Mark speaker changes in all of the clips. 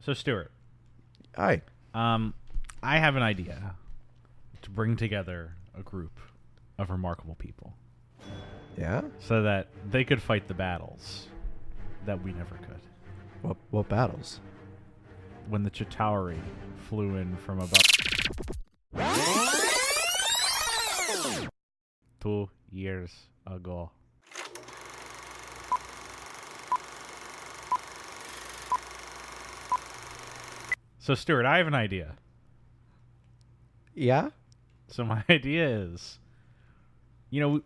Speaker 1: So Stuart,
Speaker 2: Hi.
Speaker 1: um, I have an idea to bring together a group of remarkable people
Speaker 2: Yeah.
Speaker 1: so that they could fight the battles that we never could.
Speaker 2: What what battles?
Speaker 1: When the Chitauri flew in from about two years ago. So Stuart, I have an idea.
Speaker 2: Yeah.
Speaker 1: So my idea is, you know, we,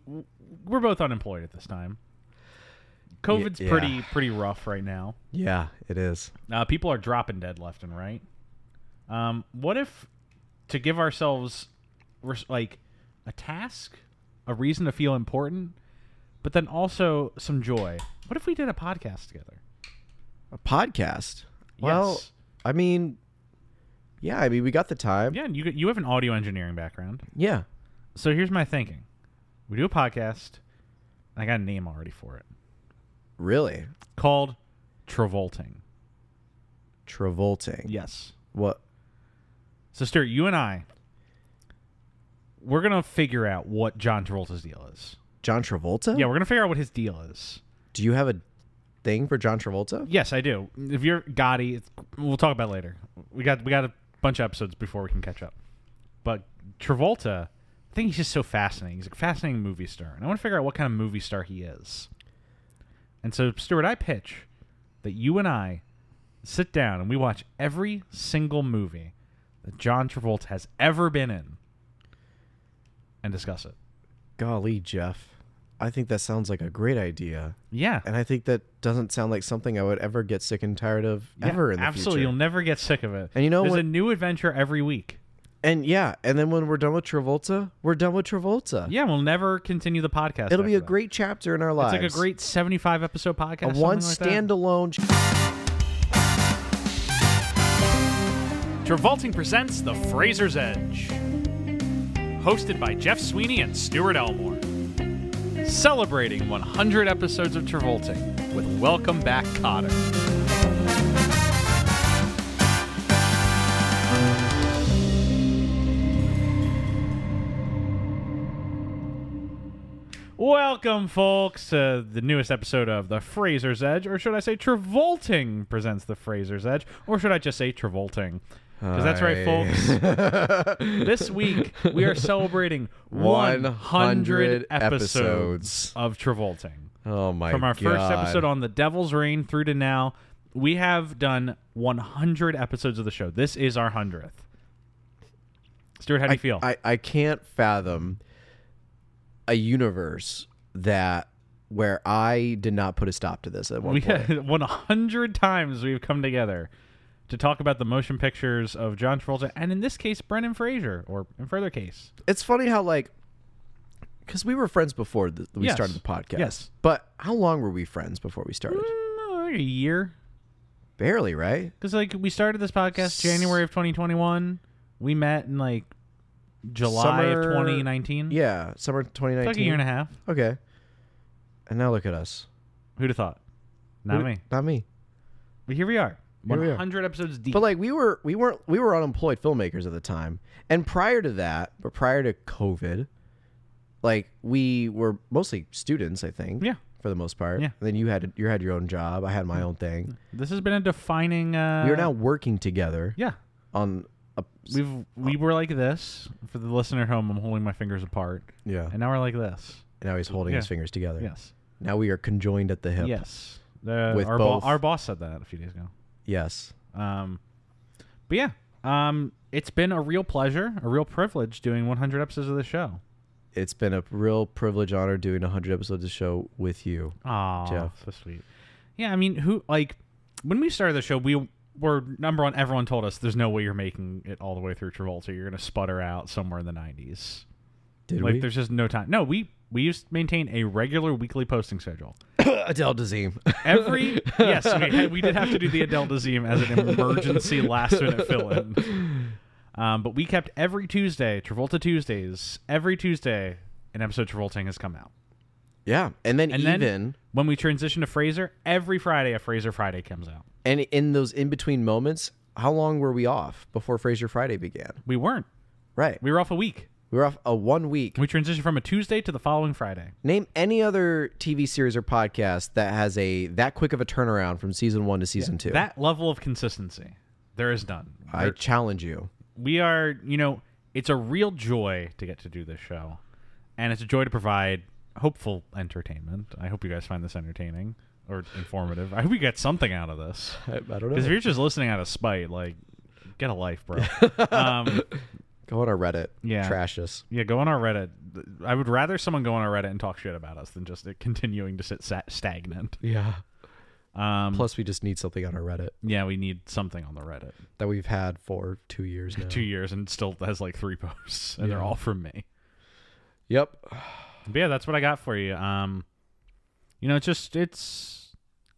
Speaker 1: we're both unemployed at this time. COVID's
Speaker 2: yeah.
Speaker 1: pretty pretty rough right now.
Speaker 2: Yeah, it is.
Speaker 1: Uh, people are dropping dead left and right. Um, what if to give ourselves res- like a task, a reason to feel important, but then also some joy? What if we did a podcast together?
Speaker 2: A podcast. Well,
Speaker 1: yes.
Speaker 2: I mean, yeah. I mean, we got the time.
Speaker 1: yeah, and you you have an audio engineering background.
Speaker 2: Yeah.
Speaker 1: So here's my thinking: we do a podcast. And I got a name already for it.
Speaker 2: Really.
Speaker 1: called Travolting.
Speaker 2: Travolting.
Speaker 1: Yes.
Speaker 2: What?
Speaker 1: So, Stuart, you and I, we're going to figure out what John Travolta's deal is.
Speaker 2: John Travolta?
Speaker 1: Yeah, we're going to figure out what his deal is.
Speaker 2: Do you have a thing for John Travolta?
Speaker 1: Yes, I do. If you're Gotti, it's, we'll talk about it later. We got we got a bunch of episodes before we can catch up. But Travolta, I think he's just so fascinating. He's a fascinating movie star, and I want to figure out what kind of movie star he is. And so, Stuart, I pitch that you and I sit down and we watch every single movie that John Travolta has ever been in, and discuss it.
Speaker 2: Golly, Jeff. I think that sounds like a great idea.
Speaker 1: Yeah,
Speaker 2: And I think that doesn't sound like something I would ever get sick and tired of
Speaker 1: Yeah,
Speaker 2: ever in the
Speaker 1: absolutely.
Speaker 2: future.
Speaker 1: You'll never get sick of it.
Speaker 2: And you know
Speaker 1: there's
Speaker 2: what-
Speaker 1: a new adventure every week.
Speaker 2: And yeah, and then when we're done with Travolta, we're done with Travolta.
Speaker 1: Yeah, we'll never continue the podcast.
Speaker 2: It'll be
Speaker 1: after
Speaker 2: a
Speaker 1: that.
Speaker 2: great chapter in our
Speaker 1: It's
Speaker 2: lives.
Speaker 1: like a great seventy-five episode podcast.
Speaker 2: a
Speaker 1: something
Speaker 2: one
Speaker 1: like that.
Speaker 2: standalone.
Speaker 3: Travolting presents The Fraser's Edge. Hosted by Jeff Sweeney and Stuart Elmore. Celebrating 100 episodes of Travolting with Welcome Back Cotter.
Speaker 1: Welcome, folks, to the newest episode of The Fraser's Edge, or should I say Travolting presents The Fraser's Edge, or should I just say Travolting? Because that's right, folks. this week we are celebrating 100, episodes
Speaker 2: episodes.
Speaker 1: of Travolting.
Speaker 2: Oh my
Speaker 1: From our
Speaker 2: god.
Speaker 1: first episode on The Devil's Reign through to now, we have done 100 episodes of the show. This is our 100th. Stuart, how do you feel?
Speaker 2: I, I can't fathom a universe that where I did not put a stop to this at one
Speaker 1: we
Speaker 2: point.
Speaker 1: had 100 times we've come together to talk about the motion pictures of John Travolta and in this case Brendan Fraser or in further case
Speaker 2: it's funny how like because we were friends before th- we
Speaker 1: Yes.
Speaker 2: started the podcast.
Speaker 1: Yes.
Speaker 2: But how long were we friends before we started?
Speaker 1: mm, like a year
Speaker 2: Barely, right?
Speaker 1: cuz like we started this podcast January of 2021 we met in like July of
Speaker 2: Summer-
Speaker 1: 2019
Speaker 2: Yeah, summer 2019.
Speaker 1: it's like a year and a half
Speaker 2: Okay. And now look at us.
Speaker 1: who'd have thought not me
Speaker 2: Not me.
Speaker 1: but here we are
Speaker 2: Here we are.
Speaker 1: 100 episodes deep
Speaker 2: But like we were we weren't we were unemployed filmmakers at the time. And prior to that, but prior to COVID, like we were mostly students, I think.
Speaker 1: Yeah.
Speaker 2: For the most part.
Speaker 1: Yeah.
Speaker 2: And then you had you had your own job. I had my own thing.
Speaker 1: this has been a defining uh
Speaker 2: we were now working together
Speaker 1: yeah
Speaker 2: on a
Speaker 1: we've we were like this for the listener at home I'm holding my fingers apart
Speaker 2: yeah.
Speaker 1: and now we're like this
Speaker 2: And now he's holding his
Speaker 1: Yeah.
Speaker 2: fingers together.
Speaker 1: yes
Speaker 2: Now we are conjoined at the hip.
Speaker 1: Yes. The-
Speaker 2: With
Speaker 1: our, bo-
Speaker 2: both.
Speaker 1: our boss said that a few days ago.
Speaker 2: Yes.
Speaker 1: Um, but yeah, um, it's been a real pleasure, a real privilege doing 100 episodes of the show.
Speaker 2: It's been a real privilege, honor doing 100 episodes of the show with you.
Speaker 1: Aw,
Speaker 2: Jeff.
Speaker 1: so sweet. Yeah, I mean, who like when we started the show, we were number one. Everyone told us there's no way you're making it all the way through Travolta. You're gonna sputter out somewhere in the 90s.
Speaker 2: Did
Speaker 1: like,
Speaker 2: we?
Speaker 1: there's just no time. No, we we used to maintain a regular weekly posting schedule.
Speaker 2: Adele Dazeem.
Speaker 1: Every yes, we, had, we did have to do the Adele Dazeem as an emergency last minute fill in. Um, but we kept every Tuesday, Travolta Tuesdays, every Tuesday, an episode of Travolting has come out.
Speaker 2: yeah. And then
Speaker 1: And
Speaker 2: even
Speaker 1: then when we transition to Fraser, every Friday a Fraser Friday comes out.
Speaker 2: And in those in between moments, how long were we off before Fraser Friday began?
Speaker 1: We weren't.
Speaker 2: Right.
Speaker 1: We were off a week.
Speaker 2: We were off a one week.
Speaker 1: We transitioned from a Tuesday to the following Friday.
Speaker 2: Name any other TV series or podcast that has a that quick of a turnaround from season one to season two.
Speaker 1: That level of consistency, there is none.
Speaker 2: I challenge you.
Speaker 1: we are, you know, it's a real joy to get to do this show, and it's a joy to provide hopeful entertainment. I hope you guys find this entertaining or informative. I hope you get something out of this.
Speaker 2: I, don't
Speaker 1: Because if you're just listening out of spite, like, get a life, bro. um,
Speaker 2: Go on our Reddit.
Speaker 1: Yeah.
Speaker 2: Trash us.
Speaker 1: yeah, go on our Reddit. I would rather someone go on our Reddit and talk shit about us than just it continuing to sit sa- stagnant.
Speaker 2: Yeah.
Speaker 1: Um,
Speaker 2: Plus, we just need something on our Reddit
Speaker 1: yeah, we need something on the Reddit.
Speaker 2: that we've had for two years now.
Speaker 1: Two years and still has like three posts, and they're
Speaker 2: Yeah.
Speaker 1: all from me.
Speaker 2: Yep.
Speaker 1: But yeah, that's what I got for you. Um, you know, it's just it's.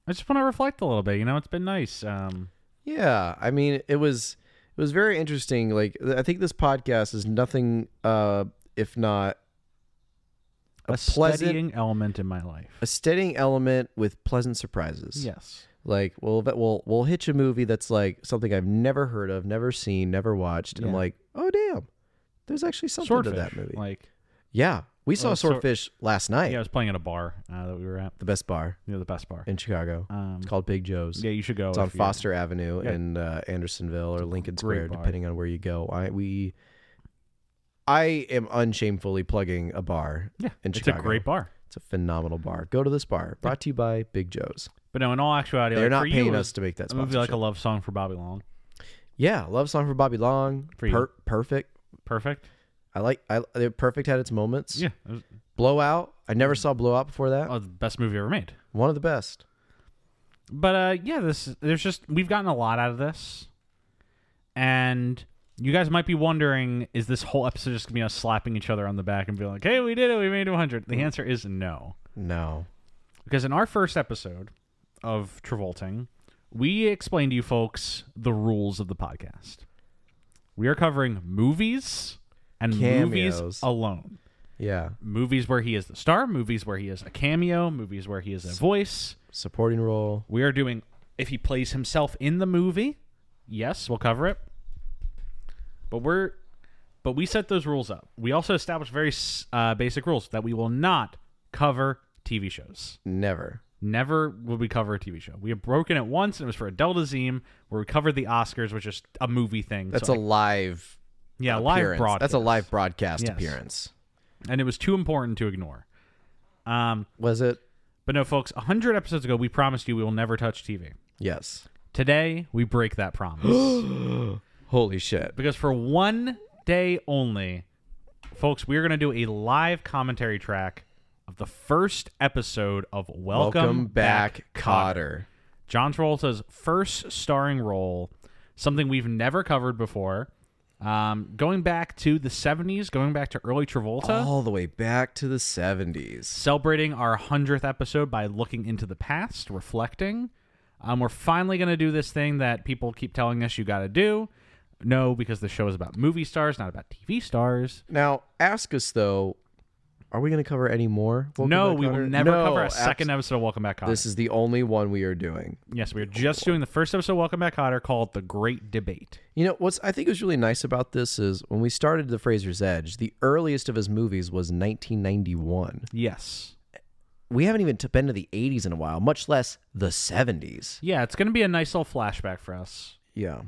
Speaker 1: I just want to reflect a little bit. You know, it's been nice. Um,
Speaker 2: Yeah, I mean, it was it was very interesting. Like, th- I think this podcast is nothing uh, if not
Speaker 1: a,
Speaker 2: pleasant-
Speaker 1: steadying element in my life.
Speaker 2: a steadying element with pleasant surprises.
Speaker 1: Yes.
Speaker 2: like we'll th- we'll we'll hitch a movie that's like something I've never heard of, never seen, never watched, and I'm
Speaker 1: Yeah.
Speaker 2: like, oh damn, there's actually something
Speaker 1: Swordfish.
Speaker 2: to that movie.
Speaker 1: Like,
Speaker 2: yeah, we saw
Speaker 1: Oh, sword-
Speaker 2: Swordfish last night,
Speaker 1: yeah, I was playing at a bar uh, that we were at,
Speaker 2: the best bar
Speaker 1: you know, the best bar.
Speaker 2: in Chicago.
Speaker 1: Um,
Speaker 2: It's called Big Joe's.
Speaker 1: yeah, Oh, you should go.
Speaker 2: It's on
Speaker 1: if you're-
Speaker 2: Foster Avenue
Speaker 1: Yeah.
Speaker 2: in uh, Andersonville or Lincoln
Speaker 1: great
Speaker 2: Square,
Speaker 1: bar.
Speaker 2: depending on where you go. I we I am unshamefully plugging a bar.
Speaker 1: Yeah,
Speaker 2: in
Speaker 1: it's
Speaker 2: Chicago.
Speaker 1: a great bar.
Speaker 2: It's a phenomenal bar. Go to this bar. Brought to you by Big Joe's.
Speaker 1: But no, in all actuality,
Speaker 2: They're
Speaker 1: like,
Speaker 2: not
Speaker 1: for you,
Speaker 2: paying
Speaker 1: it was
Speaker 2: us to make that
Speaker 1: a movie like
Speaker 2: sponsorship.
Speaker 1: a love song for Bobby Long.
Speaker 2: yeah, love song for Bobby Long.
Speaker 1: For you.
Speaker 2: Per- perfect.
Speaker 1: Perfect.
Speaker 2: I like. I it- perfect had its moments.
Speaker 1: Yeah, it was,
Speaker 2: Blowout. I never saw Blowout before that.
Speaker 1: oh, the best movie ever made.
Speaker 2: One of the best.
Speaker 1: but uh yeah this there's just we've gotten a lot out of this and you guys might be wondering is this whole episode just gonna be us slapping each other on the back and being like hey we did it we made 100
Speaker 2: Mm-hmm.
Speaker 1: the answer is no
Speaker 2: No.
Speaker 1: because in our first episode of Travolting, we explained to you folks the rules of the podcast. We are covering movies and movies
Speaker 2: Cameos.
Speaker 1: alone.
Speaker 2: Yeah.
Speaker 1: Movies where he is the star, movies where he is a cameo, movies where he is a voice,
Speaker 2: Supporting role.
Speaker 1: we are doing if he plays himself in the movie, yes, we'll cover it. But we're but we set those rules up. We also established very s- uh, basic rules that we will not cover TV shows.
Speaker 2: Never.
Speaker 1: Never will we cover a TV show. We have broken it once, and it was for Adele Dazeem, where we covered the Oscars, which is a movie thing.
Speaker 2: That's
Speaker 1: So
Speaker 2: a
Speaker 1: I-
Speaker 2: live.
Speaker 1: yeah live
Speaker 2: appearance.
Speaker 1: broadcast.
Speaker 2: That's a live broadcast
Speaker 1: Yes.
Speaker 2: appearance.
Speaker 1: and it was too important to ignore. Um,
Speaker 2: Was it?
Speaker 1: but no, folks, hundred episodes ago, we promised you we will never touch TV.
Speaker 2: Yes.
Speaker 1: Today, we break that promise.
Speaker 2: Holy shit.
Speaker 1: because for one day only, folks, we are going to do a live commentary track of the first episode of Welcome, John Travolta's first starring role, something we've never covered before. Um, going back to the 70s, going back to early Travolta,
Speaker 2: All the way back to the 70s.
Speaker 1: celebrating our 100th episode by looking into the past, reflecting. Um, we're finally going to do this thing that people keep telling us you got to do. No, because the show is about movie stars, not about TV stars.
Speaker 2: Now, ask us though, are we going to cover any more? Welcome
Speaker 1: no,
Speaker 2: Back,
Speaker 1: we
Speaker 2: Otter?
Speaker 1: will never
Speaker 2: No,
Speaker 1: cover a
Speaker 2: abs-
Speaker 1: second episode of Welcome Back Hotter.
Speaker 2: This is the only one we are doing.
Speaker 1: yes, we are just doing the first episode of Welcome Back Hotter called The Great Debate.
Speaker 2: You know, what's I think was really nice about this is when we started The Fraser's Edge, the earliest of his movies was 1991.
Speaker 1: Yes.
Speaker 2: We haven't even t- been to the 80s in a while, much less the 70s.
Speaker 1: Yeah, it's going to be a nice little flashback for us.
Speaker 2: Yeah.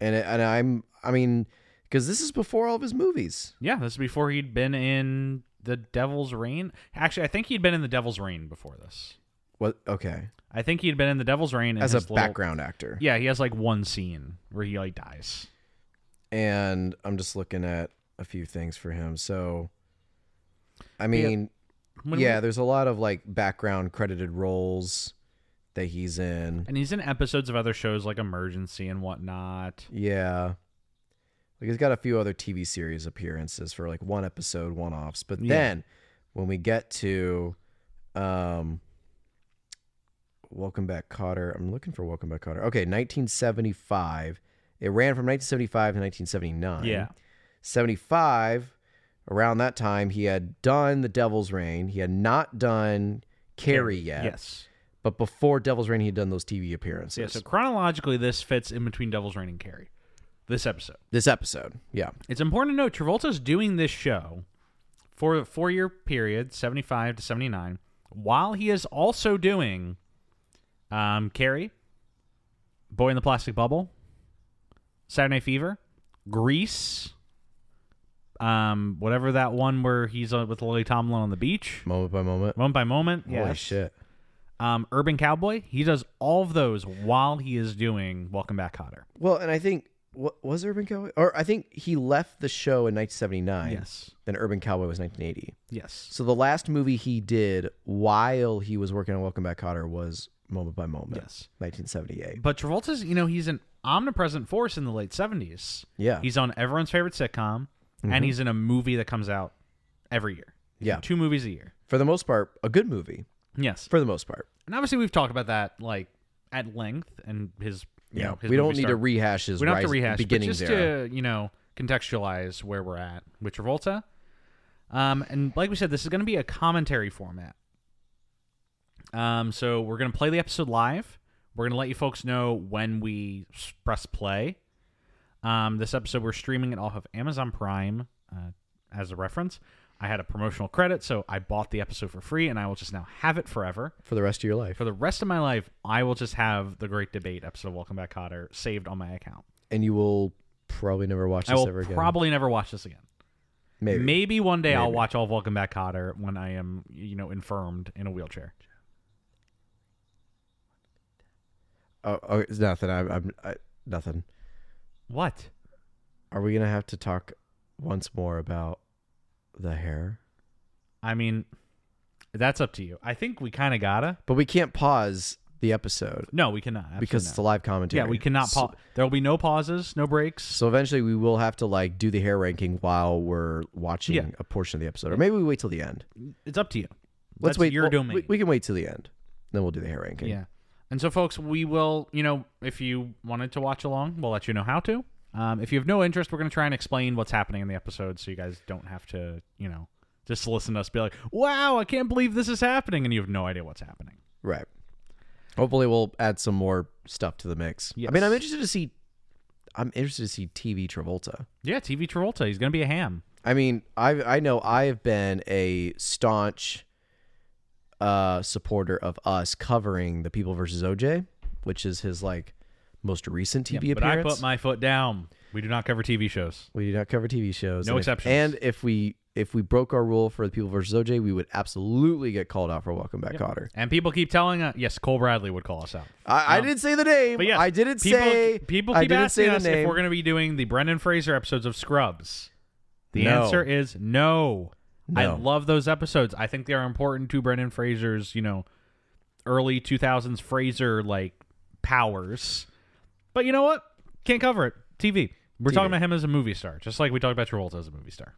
Speaker 2: And it, and I'm I mean, cuz this is before all of his movies.
Speaker 1: Yeah, this is before he'd been in The Devil's Reign. Actually, I think he'd been in The Devil's Reign before this.
Speaker 2: What okay.
Speaker 1: I think he'd been in The Devil's Reign and
Speaker 2: As a
Speaker 1: his little-
Speaker 2: background actor.
Speaker 1: Yeah, he has like one scene where he like dies.
Speaker 2: and I'm just looking at a few things for him. So, I mean,
Speaker 1: When
Speaker 2: yeah,
Speaker 1: we-
Speaker 2: there's a lot of like background credited roles that he's in.
Speaker 1: and he's in episodes of other shows like Emergency and whatnot.
Speaker 2: Yeah, like he's got a few other TV series appearances for like one episode, one offs. But
Speaker 1: Yeah.
Speaker 2: then when we get to, um, Welcome Back, Cotter. I'm looking for Welcome Back, Cotter. Okay, 1975. It ran from 1975 to 1979.
Speaker 1: Yeah.
Speaker 2: 75 around that time he had done the devil's reign he had not done carrie yet
Speaker 1: Yes.
Speaker 2: But before Devil's Reign, he'd done those TV appearances.
Speaker 1: Yeah, so chronologically, this fits in between Devil's Reign and Carrie. This episode.
Speaker 2: this episode, yeah,
Speaker 1: It's important to note Travolta's doing this show for a four year period, 75 to 79, while he is also doing um, Carrie, Boy in the Plastic Bubble, Saturday Night Fever, Grease, um, whatever that one where he's uh, with Lily Tomlin on the beach,
Speaker 2: moment by moment.
Speaker 1: moment by moment.
Speaker 2: Holy
Speaker 1: yes.
Speaker 2: shit!
Speaker 1: Um, Urban Cowboy, he does all of those while he is doing Welcome Back Hotter.
Speaker 2: Well, and I think what was Urban Cowboy, or I think he left the show in 1979.
Speaker 1: Yes.
Speaker 2: Then Urban Cowboy was 1980.
Speaker 1: Yes.
Speaker 2: So the last movie he did while he was working on Welcome Back, Cotter was Moment by Moment.
Speaker 1: Yes.
Speaker 2: 1978.
Speaker 1: But Travolta's, you know, he's an omnipresent force in the late 70s.
Speaker 2: Yeah. Mm-hmm.
Speaker 1: He's on everyone's favorite sitcom, and he's in a movie that comes out every year. He's in
Speaker 2: Yeah.
Speaker 1: Two movies a year.
Speaker 2: for the most part, a good movie.
Speaker 1: Yes.
Speaker 2: For the most part.
Speaker 1: And obviously, we've talked about that, like, at length and his, you know, his
Speaker 2: we don't
Speaker 1: movie
Speaker 2: need
Speaker 1: star-
Speaker 2: to rehash his
Speaker 1: We don't have to
Speaker 2: rise-
Speaker 1: rehash, but
Speaker 2: beginning
Speaker 1: just
Speaker 2: there.
Speaker 1: to, you know, contextualize where we're at with Travolta. Um, and like we said, this is going to be a commentary format. Um, so we're going to play the episode live. We're going to let you folks know when we s- press play. Um, this episode, we're streaming it off of Amazon Prime uh, as a reference. I had a promotional credit, so I bought the episode for free, and I will just now have it forever
Speaker 2: for the rest of your life.
Speaker 1: for the rest of my life, I will just have the Great Debate episode of Welcome Back Hotter saved on my account.
Speaker 2: And you will probably never watch
Speaker 1: I
Speaker 2: this
Speaker 1: will
Speaker 2: ever again.
Speaker 1: probably never watch this again.
Speaker 2: Maybe.
Speaker 1: Maybe, one day I'll watch all of Welcome Back Hotter when I am, you know, infirmed in a wheelchair.
Speaker 2: Oh, oh, it's nothing. I'm, I'm I, nothing.
Speaker 1: What?
Speaker 2: Are we gonna have to talk once more about the hair?
Speaker 1: I mean, that's up to you. I think we kind of gotta.
Speaker 2: But we can't pause the episode
Speaker 1: No, we cannot. Absolutely
Speaker 2: because
Speaker 1: not.
Speaker 2: it's a live commentary.
Speaker 1: yeah, we cannot
Speaker 2: So-
Speaker 1: pause. There will be no pauses, no breaks.
Speaker 2: So eventually we will have to like do the hair ranking while we're watching
Speaker 1: Yeah.
Speaker 2: a portion of the episode, or maybe we wait till the end.
Speaker 1: It's up to you.
Speaker 2: Let's
Speaker 1: that's
Speaker 2: wait.
Speaker 1: Your
Speaker 2: well,
Speaker 1: domain.
Speaker 2: We, we can wait till the end, then we'll do the hair ranking.
Speaker 1: Yeah. And so, folks, we will, you know, if you wanted to watch along, we'll let you know how to. Um, if you have no interest, we're going to try and explain what's happening in the episode so you guys don't have to, you know, just listen to us be like, wow, I can't believe this is happening. And you have no idea what's happening.
Speaker 2: Right. Hopefully we'll add some more stuff to the mix. I
Speaker 1: Yes.
Speaker 2: mean, I'm interested to see. I'm interested to see TV Travolta.
Speaker 1: Yeah, TV Travolta. He's going to be a ham.
Speaker 2: I mean, I I know I've been a staunch uh supporter of us covering the People versus OJ, which is his like most recent TV
Speaker 1: but I
Speaker 2: appearance.
Speaker 1: put my foot down. We do not cover TV shows.
Speaker 2: We do not cover TV shows.
Speaker 1: No
Speaker 2: and if-
Speaker 1: exceptions.
Speaker 2: and if we if we broke our rule for the People versus OJ, we would absolutely get called out for Welcome Back, Cotter.
Speaker 1: And people keep telling us, yes, Cole Bradley would call us out.
Speaker 2: I, I didn't say the name.
Speaker 1: Um, But yes,
Speaker 2: I didn't
Speaker 1: people,
Speaker 2: say.
Speaker 1: People
Speaker 2: I
Speaker 1: keep
Speaker 2: didn't
Speaker 1: asking
Speaker 2: say
Speaker 1: us
Speaker 2: the name.
Speaker 1: if we're going to be doing the Brendan Fraser episodes of Scrubs. The
Speaker 2: No.
Speaker 1: answer is no. I
Speaker 2: No.
Speaker 1: love those episodes. I think they are important to Brendan Fraser's, you know, early 2000s Fraser like powers. But you know what? Can't cover it. TV. We're talking about him as a movie star, just like we talked about Travolta as a movie star.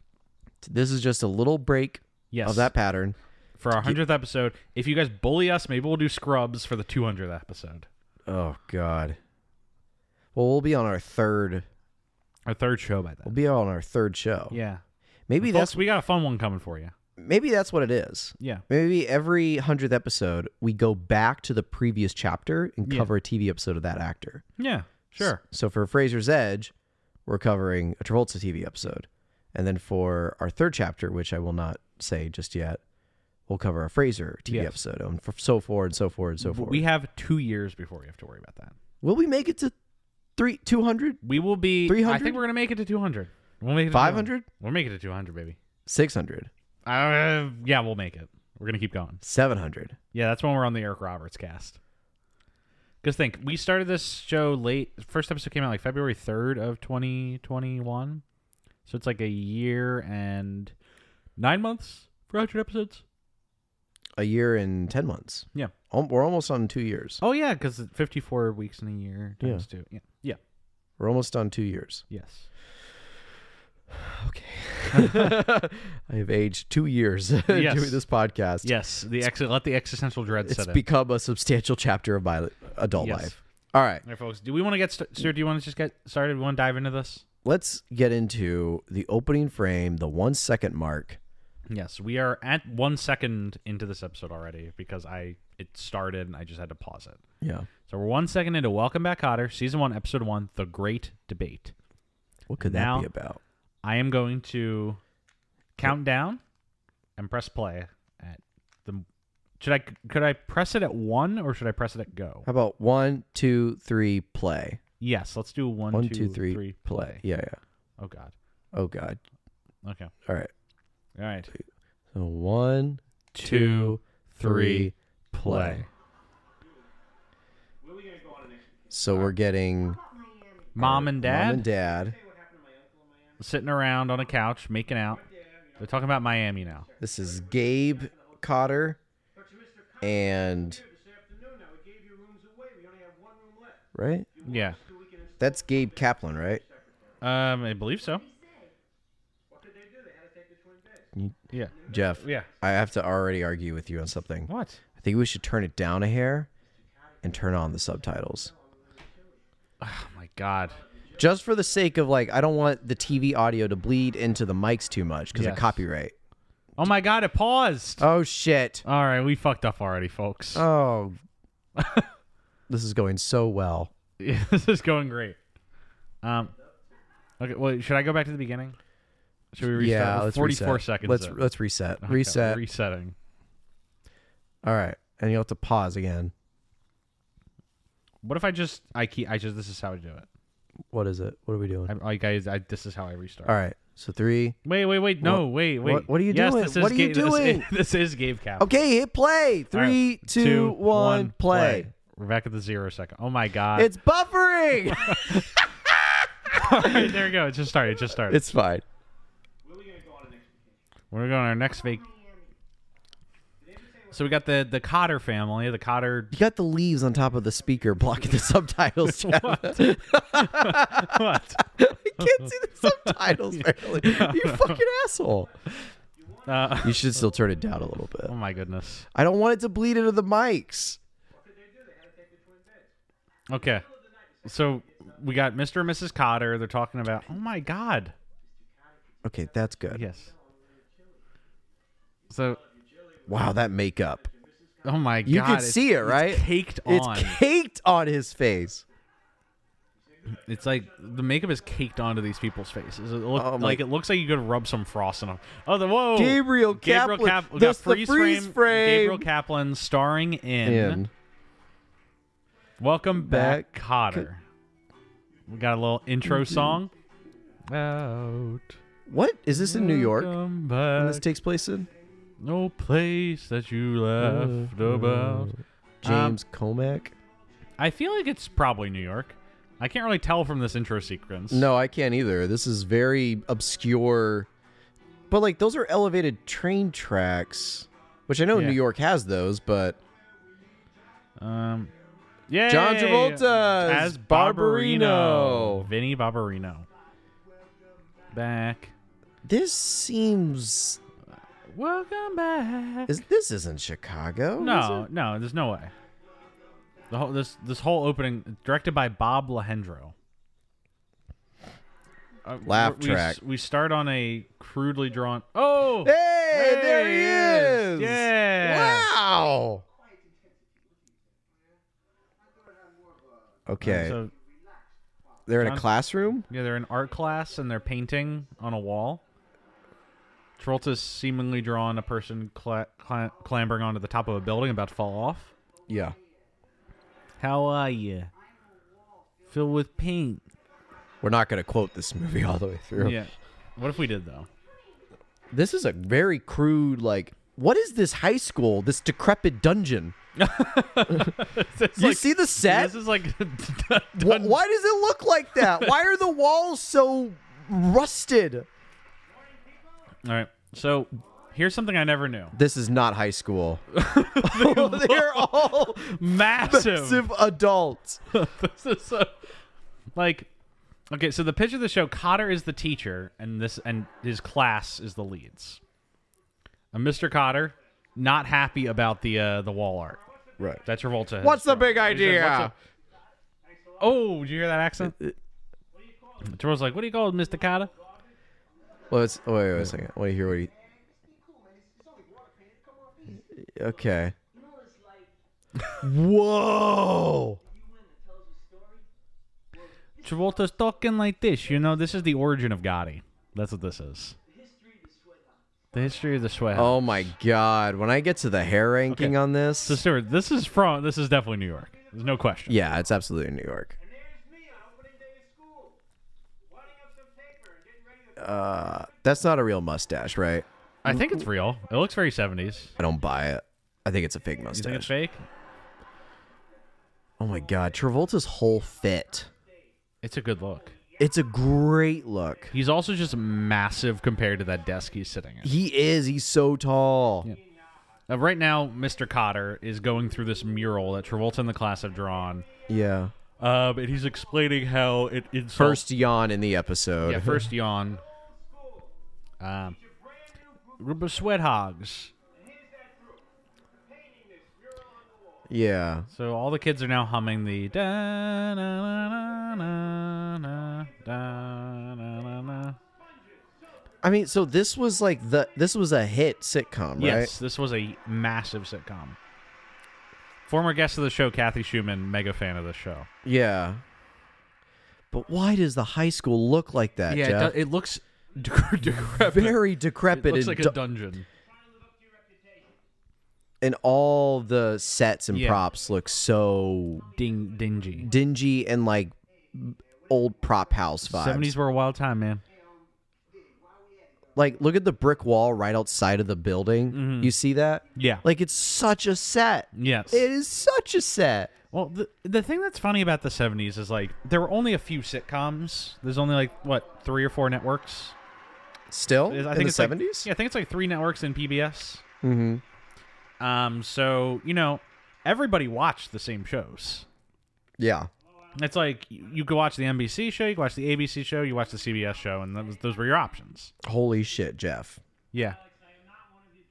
Speaker 2: this is just a little break
Speaker 1: Yes.
Speaker 2: of that pattern.
Speaker 1: for our 100th episode. If you guys bully us, maybe we'll do Scrubs for the 200th episode.
Speaker 2: Oh God. Well, we'll be on our third.
Speaker 1: Our third show by then.
Speaker 2: We'll be on our third show.
Speaker 1: Yeah.
Speaker 2: Maybe
Speaker 1: Folks,
Speaker 2: that's
Speaker 1: we got a fun one coming for you.
Speaker 2: maybe that's what it is.
Speaker 1: Yeah.
Speaker 2: Maybe every hundredth episode, we go back to the previous chapter and cover a TV episode of that actor.
Speaker 1: Yeah. Sure.
Speaker 2: So for Fraser's Edge, we're covering a Travolta TV episode. And then for our third chapter, which I will not say just yet, we'll cover a Fraser TV
Speaker 1: Yes.
Speaker 2: episode. And f- so forward, so forward, so forward.
Speaker 1: We have two years before we have to worry about that.
Speaker 2: will we make it to three, 200,
Speaker 1: We will be.
Speaker 2: 300?
Speaker 1: I think we're gonna make it to 200. We'll make it to
Speaker 2: 500?
Speaker 1: 200. We'll make it to 200, baby.
Speaker 2: 600,
Speaker 1: Uh, yeah, we'll make it. We're gonna keep going.
Speaker 2: 700?
Speaker 1: Yeah, that's when we're on the Eric Roberts cast. Because think we started this show late. First episode came out like February 3rd of 2021, so it's like a year and nine months for 100 episodes.
Speaker 2: A year and 10 months.
Speaker 1: Yeah.
Speaker 2: Al- We're almost on two years.
Speaker 1: Oh yeah, because 54 weeks in a year times two. Yeah. Yeah.
Speaker 2: We're almost on two years.
Speaker 1: Yes.
Speaker 2: Okay. I have aged two years doing this podcast.
Speaker 1: Yes. The ex- let the existential dread
Speaker 2: It's
Speaker 1: set in.
Speaker 2: become a substantial chapter of my adult
Speaker 1: Yes.
Speaker 2: life. All right.
Speaker 1: All right, folks. Do we want to get st- Stuart? Do you want to just get started? We want to dive into this.
Speaker 2: Let's get into the opening frame, the one second mark.
Speaker 1: Yes, we are at one second into this episode already because I it started, and I just had to pause it.
Speaker 2: Yeah.
Speaker 1: So we're one second into Welcome Back, Cotter, season one, episode one, the Great Debate.
Speaker 2: What could
Speaker 1: Now-
Speaker 2: that be about?
Speaker 1: I am going to count down and press play at the. Should I could I press it at one or should I press it at go?
Speaker 2: How about one, two, three, play?
Speaker 1: Yes, let's do one,
Speaker 2: One,
Speaker 1: two,
Speaker 2: two, three,
Speaker 1: three, play.
Speaker 2: Yeah, yeah.
Speaker 1: Oh God.
Speaker 2: Oh God.
Speaker 1: Okay.
Speaker 2: All right.
Speaker 1: All right.
Speaker 2: So one, two, three, play. So we're getting
Speaker 1: Mom and dad
Speaker 2: mom and dad.
Speaker 1: sitting around on a couch making out. They're talking about Miami now.
Speaker 2: This is Gabe Cotter and right.
Speaker 1: Yeah.
Speaker 2: That's Gabe Kaplan, right?
Speaker 1: Um, I believe so. Yeah.
Speaker 2: Jeff.
Speaker 1: Yeah.
Speaker 2: I have to already argue with you on something.
Speaker 1: What?
Speaker 2: I think we should turn it down a hair and turn on the subtitles.
Speaker 1: Oh my God.
Speaker 2: Just for the sake of like I don't want the TV audio to bleed into the mics too much cuz of
Speaker 1: Yes.
Speaker 2: copyright.
Speaker 1: Oh my God! It paused.
Speaker 2: Oh shit.
Speaker 1: All right, we fucked up already, folks.
Speaker 2: Oh. this is going so well.
Speaker 1: Yeah, this is going great. Um, okay. Well, should I go back to the beginning? Should we restart?
Speaker 2: Yeah,
Speaker 1: We're
Speaker 2: let's
Speaker 1: 44
Speaker 2: reset.
Speaker 1: seconds.
Speaker 2: Let's
Speaker 1: in.
Speaker 2: let's reset.
Speaker 1: Okay,
Speaker 2: reset.
Speaker 1: Resetting.
Speaker 2: All right. And you'll have to pause again.
Speaker 1: What if I just I keep I just this is how I do it.
Speaker 2: What is it? What are we doing?
Speaker 1: I, like I, I this is how I restart.
Speaker 2: All right. So 3.
Speaker 1: Wait, wait, wait. No,
Speaker 2: What-
Speaker 1: wait, wait.
Speaker 2: what- what are you
Speaker 1: yes,
Speaker 2: doing?
Speaker 1: This is
Speaker 2: What are you
Speaker 1: Gabe- this is-
Speaker 2: doing?
Speaker 1: This is, Gabe Cap.
Speaker 2: Okay, hit play. Three, two, one, play.
Speaker 1: We're back at the zero second. Oh my god!
Speaker 2: It's buffering.
Speaker 1: All right, there we go. It just started. It just started.
Speaker 2: it's fine.
Speaker 1: We're going on our next vac. So we got the the Cotter family, the Cotter.
Speaker 2: You got the leaves on top of the speaker blocking the subtitles. Jeff.
Speaker 1: what?
Speaker 2: I can't see the subtitles barely. You fucking asshole.
Speaker 1: Uh,
Speaker 2: You should still turn it down a little bit.
Speaker 1: Oh my goodness.
Speaker 2: I don't want it to bleed into the mics.
Speaker 1: Okay. So we got Mr. and Mrs. Cotter. They're talking about. Oh my God.
Speaker 2: Okay, that's good.
Speaker 1: Yes. So,
Speaker 2: Wow, that makeup.
Speaker 1: oh my God.
Speaker 2: You can
Speaker 1: it's-
Speaker 2: see it,
Speaker 1: it's
Speaker 2: right?
Speaker 1: caked
Speaker 2: It's
Speaker 1: on.
Speaker 2: caked on his face.
Speaker 1: it's like the makeup is caked onto these people's faces. It look,
Speaker 2: Oh my-
Speaker 1: like it looks like you could rub some frost on them. Oh, the whoa.
Speaker 2: Gabriel Kaplan.
Speaker 1: Cap- we got
Speaker 2: That's the freeze frame.
Speaker 1: Gabriel Kaplan starring in.
Speaker 2: And
Speaker 1: Welcome back,
Speaker 2: Back.
Speaker 1: Cotter. We got a little intro song. Out.
Speaker 2: what is this in New York?
Speaker 1: Welcome
Speaker 2: When
Speaker 1: back.
Speaker 2: this takes place in
Speaker 1: No place that you laughed about.
Speaker 2: James Comack.
Speaker 1: I feel like it's probably New York. I can't really tell from this intro sequence.
Speaker 2: No, I can't either. This is very obscure. But like those are elevated train tracks, which I know
Speaker 1: Yeah.
Speaker 2: New York has those, but
Speaker 1: Um. Yeah.
Speaker 2: John Travolta
Speaker 1: as
Speaker 2: as
Speaker 1: Barbarino.
Speaker 2: Barbarino.
Speaker 1: Vinny Barbarino. Back.
Speaker 2: this seems
Speaker 1: Welcome back.
Speaker 2: is this isn't Chicago? is
Speaker 1: no,
Speaker 2: it?
Speaker 1: no, there's no way. The whole this this whole opening directed by Bob Lehendro. Uh,
Speaker 2: Laugh
Speaker 1: we- we s-
Speaker 2: track.
Speaker 1: We, start on a crudely drawn. Oh.
Speaker 2: Hey,
Speaker 1: Hey,
Speaker 2: there
Speaker 1: there
Speaker 2: he
Speaker 1: he is.
Speaker 2: is.
Speaker 1: Yeah.
Speaker 2: Wow. Okay.
Speaker 1: So
Speaker 2: They're in a
Speaker 1: John-
Speaker 2: classroom?
Speaker 1: Yeah, they're in art class and they're painting on a wall. Travolta's seemingly drawn a person cla- cla- clambering onto the top of a building about to fall off.
Speaker 2: Yeah.
Speaker 1: How are you? Filled with paint.
Speaker 2: We're not going to quote this movie all the way through.
Speaker 1: Yeah. What if we did though?
Speaker 2: This is a very crude like what is this high school? This decrepit dungeon?
Speaker 1: It's
Speaker 2: You
Speaker 1: like-
Speaker 2: see the set?
Speaker 1: This is like
Speaker 2: Wh- why does it look like that? Why are the walls so rusted?
Speaker 1: All right. So, here's something I never knew.
Speaker 2: This is not high school. They're all
Speaker 1: Massive.
Speaker 2: massive adults.
Speaker 1: this is so, like okay, so the pitch of the show Cotter is the teacher and this and his class is the leads. And Mr. Cotter not happy about the uh, the wall art.
Speaker 2: Right.
Speaker 1: That Travolta. has
Speaker 2: What's the
Speaker 1: drawn. He
Speaker 2: big
Speaker 1: said,
Speaker 2: idea?
Speaker 1: "What's the-" Oh, did you hear that accent?
Speaker 2: Uh,
Speaker 1: Travolta's like, "What do you call it, Mr. Cotter?"
Speaker 2: Well, it's, oh, wait, wait a second. I want to hear what he. Okay.
Speaker 4: You know, it's like
Speaker 2: Whoa!
Speaker 1: Travolta's talking like this. You know, this is the origin of Gotti. That's what this is. The history of the sweat. House.
Speaker 2: Oh my god! When I get to the hair ranking
Speaker 1: Okay.
Speaker 2: on this,
Speaker 1: So Stuart, this is from. This is definitely New York. There's no question.
Speaker 2: yeah, it's absolutely New York. Uh, that's not a real mustache, right?
Speaker 1: I think it's real. It looks very 70s.
Speaker 2: I don't buy it. I think it's a fake
Speaker 1: You think it's
Speaker 2: mustache.
Speaker 1: fake?
Speaker 2: Oh my god, Travolta's whole fit.
Speaker 1: It's a good look.
Speaker 2: It's a great look.
Speaker 1: He's also just massive compared to that desk he's sitting at.
Speaker 2: He is. He's so tall.
Speaker 1: Uh, right now, Mr. Cotter is going through this mural that Travolta and the class have drawn,
Speaker 2: Yeah.
Speaker 1: um, and he's explaining how it insults.
Speaker 2: First yawn in the episode.
Speaker 1: yeah, first yawn. Um, group of sweat hogs.
Speaker 2: Yeah.
Speaker 1: So all the kids are now humming the da na na na na da na na na.
Speaker 2: I mean, so this was like the this was a hit sitcom,
Speaker 1: Yes, this was a massive sitcom. Former guest of the show, Kathy Schumann, mega fan of the show.
Speaker 2: right? Yeah. But why does the high school look like that, Jeff?
Speaker 1: it looks decrepit.
Speaker 2: Very decrepit
Speaker 1: It looks
Speaker 2: and,
Speaker 1: like a
Speaker 2: du-
Speaker 1: dungeon.
Speaker 2: and all the sets and
Speaker 1: Yeah.
Speaker 2: props look so
Speaker 1: Ding dingy.
Speaker 2: dingy and like old prop house vibes.
Speaker 1: Seventies were a wild time, man.
Speaker 2: Like look at the brick wall right outside of the building.
Speaker 1: Mm-hmm.
Speaker 2: You see that?
Speaker 1: Yeah.
Speaker 2: Like it's such a set.
Speaker 1: Yes.
Speaker 2: It is such a set.
Speaker 1: well, the, the thing that's funny about the seventies is like there were only a few sitcoms. There's only like what three or four networks.
Speaker 2: Still
Speaker 1: I
Speaker 2: in
Speaker 1: think
Speaker 2: the
Speaker 1: it's like-
Speaker 2: seventies.
Speaker 1: yeah, I think it's like three networks in PBS. Mm-hmm. Um. So you know, everybody watched the same shows.
Speaker 2: yeah.
Speaker 1: It's like you you could watch the NBC show, you could watch the ABC show, you watch the CBS show, and that was, those were your options.
Speaker 2: Holy shit, Jeff.
Speaker 1: Yeah.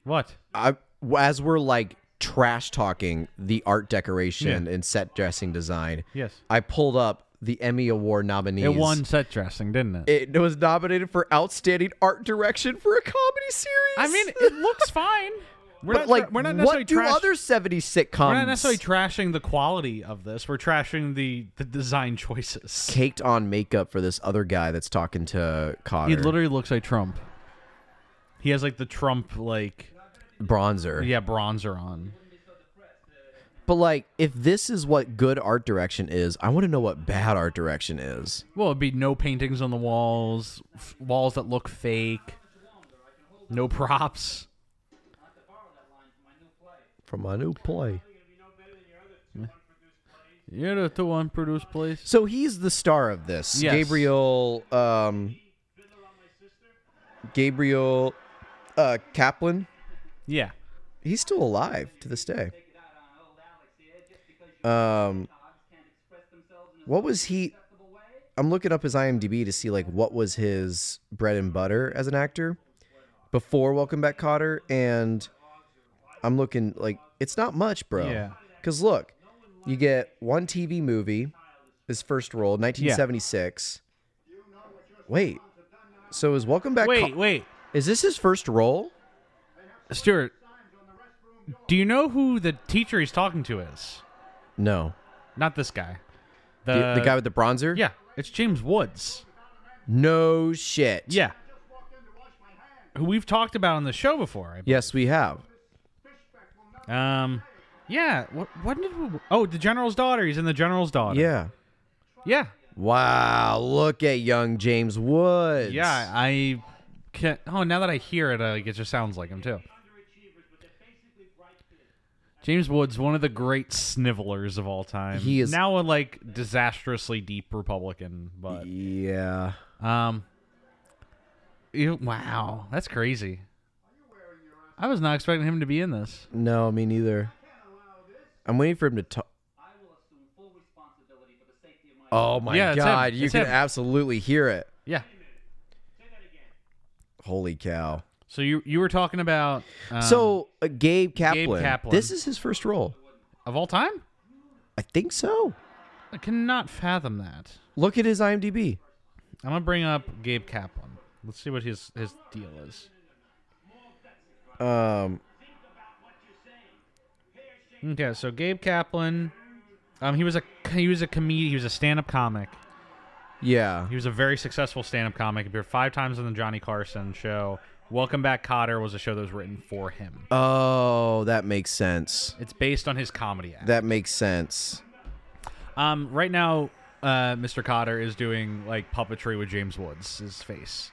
Speaker 1: What?
Speaker 2: I, as we're like trash talking the art decoration and set dressing design,
Speaker 1: Yes.
Speaker 2: I pulled up the Emmy Award nominees.
Speaker 1: It won set dressing, didn't it?
Speaker 2: It was nominated for outstanding art direction for a comedy series.
Speaker 1: I mean, it looks fine. We're
Speaker 2: but
Speaker 1: not,
Speaker 2: like,
Speaker 1: we're not necessarily
Speaker 2: what do
Speaker 1: trash-
Speaker 2: other '70s sitcoms?
Speaker 1: We're not necessarily trashing the quality of this. We're trashing the the design choices.
Speaker 2: caked on makeup for this other guy that's talking to Cotter.
Speaker 1: He literally looks like Trump. He has like the Trump like
Speaker 2: bronzer.
Speaker 1: yeah bronzer on.
Speaker 2: But like, if this is what good art direction is, I want to know what bad art direction is.
Speaker 1: Well, it'd be no paintings on the walls, f- walls that look fake, no props.
Speaker 2: From my new play.
Speaker 1: You're the two one produced place.
Speaker 2: So he's the star of this.
Speaker 1: Yes.
Speaker 2: Gabriel um Gabriel uh Kaplan.
Speaker 1: Yeah.
Speaker 2: He's still alive to this day. Um what was he I'm looking up his IMDb to see like what was his bread and butter as an actor before Welcome Back Cotter and I'm looking like it's not much, bro.
Speaker 1: Yeah.
Speaker 2: Cuz look, you get one TV movie, his first role, 1976. Wait. So is Welcome Back
Speaker 1: Wait,
Speaker 2: Co-
Speaker 1: wait,
Speaker 2: Is this his first role?
Speaker 1: Stuart. Do you know who the teacher he's talking to is?
Speaker 2: No.
Speaker 1: Not this guy.
Speaker 2: The, the guy with the bronzer?
Speaker 1: Yeah, it's James Woods.
Speaker 2: No shit.
Speaker 1: Yeah. Who we've talked about on the show before.
Speaker 2: Yes, we have.
Speaker 1: Yeah. Um, yeah. What? When did we? Oh, the general's daughter. He's in the general's daughter.
Speaker 2: Yeah.
Speaker 1: Yeah.
Speaker 2: Wow, look at young James Woods.
Speaker 1: Yeah. I can. Oh, now that I hear it, uh, like, it just sounds like him too. James Woods, one of the great snivelers of all time.
Speaker 2: He is-
Speaker 1: now a like disastrously deep Republican, but
Speaker 2: Yeah.
Speaker 1: Um. You, wow, that's crazy. I was not expecting him to be in this.
Speaker 2: No, me neither. I'm waiting for him to talk. Oh my
Speaker 1: Yeah, it's him.
Speaker 2: god, you
Speaker 1: It's
Speaker 2: can
Speaker 1: him.
Speaker 2: absolutely hear it.
Speaker 1: Yeah.
Speaker 2: Holy cow.
Speaker 1: So you you were talking about um,
Speaker 2: so, uh, Gabe Kaplan.
Speaker 1: Kaplan.
Speaker 2: This is his first role.
Speaker 1: of all time?
Speaker 2: I think so.
Speaker 1: I cannot fathom that.
Speaker 2: Look at his IMDb.
Speaker 1: I'm gonna bring up Gabe Kaplan. Let's see what his his deal is.
Speaker 2: Um
Speaker 1: Okay, so Gabe Kaplan, um, he was a he was a comedian. He was a stand-up comic.
Speaker 2: Yeah.
Speaker 1: He was a very successful stand-up comic. Appeared five times on the Johnny Carson show. Welcome Back, Cotter was a show that was written for him.
Speaker 2: Oh, that makes sense.
Speaker 1: It's based on his comedy act.
Speaker 2: That makes sense.
Speaker 1: Um, right now, uh, Mr. Cotter is doing like puppetry with James Woods' his face.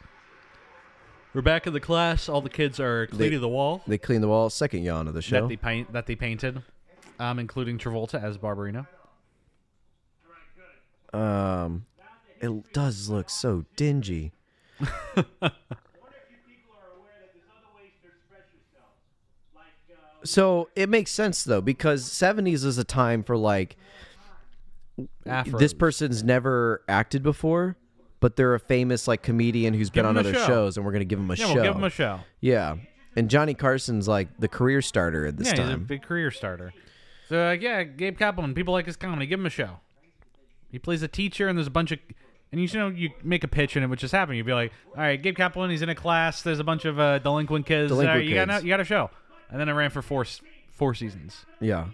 Speaker 1: We're back in the class. All the kids are cleaning the wall
Speaker 2: They clean the wall. Second yawn of the show.
Speaker 1: that they paint that they painted, um, including Travolta as Barbarino.
Speaker 2: um, it does look so dingy. so it makes sense though because 70s is a time for like
Speaker 1: Afro.
Speaker 2: this person's never acted before but they're a famous like comedian who's been
Speaker 1: Give
Speaker 2: on
Speaker 1: 'em a
Speaker 2: other
Speaker 1: show.
Speaker 2: shows and we're gonna give him a
Speaker 1: yeah,
Speaker 2: show
Speaker 1: we'll give him a show.
Speaker 2: yeah and johnny carson's like the career starter at this
Speaker 1: Yeah, he's a
Speaker 2: time
Speaker 1: big career starter. So like, yeah, Gabe Kaplan. People like his comedy. Give him a show. He plays a teacher, and there's a bunch of, and you know, you make a pitch, and it would just happen. You'd be like, all right, Gabe Kaplan. He's in a class. There's a bunch of uh, delinquent kids. All
Speaker 2: Delinquent
Speaker 1: right, you got
Speaker 2: kids.
Speaker 1: no- you got a show. And then it ran for four s- four seasons.
Speaker 2: yeah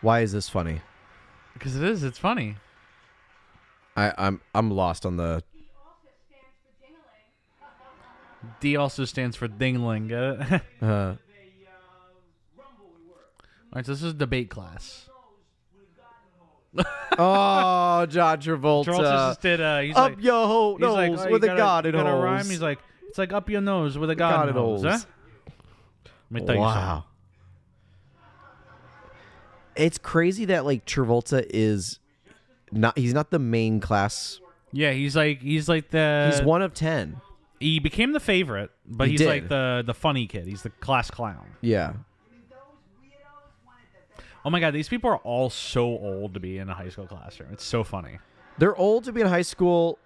Speaker 2: why is this funny
Speaker 1: Because it is. It's funny.
Speaker 2: I, I'm I'm lost on the
Speaker 1: D also stands for dingling. Get it?
Speaker 2: uh,
Speaker 1: All right, so this is debate class.
Speaker 2: oh John Travolta,
Speaker 1: Charles just did. Uh, he's
Speaker 2: up
Speaker 1: like,
Speaker 2: your ho-
Speaker 1: he's
Speaker 2: nose
Speaker 1: like, oh, you
Speaker 2: with a
Speaker 1: gotta-
Speaker 2: god it
Speaker 1: you gotta
Speaker 2: holds.
Speaker 1: rhyme. He's like, it's like up your nose with a
Speaker 2: God
Speaker 1: god,
Speaker 2: it
Speaker 1: in holes,
Speaker 2: holes.
Speaker 1: huh? Let me tell you something.
Speaker 2: It's crazy that like Travolta is not he's not the main class.
Speaker 1: Yeah, he's like he's like the
Speaker 2: He's one of 10.
Speaker 1: he became the favorite, but
Speaker 2: He
Speaker 1: he's
Speaker 2: did.
Speaker 1: like the the funny kid. He's the class clown.
Speaker 2: Yeah.
Speaker 1: Oh my god, these people are all so old to be in a high school classroom. It's so funny.
Speaker 2: They're old to be in high school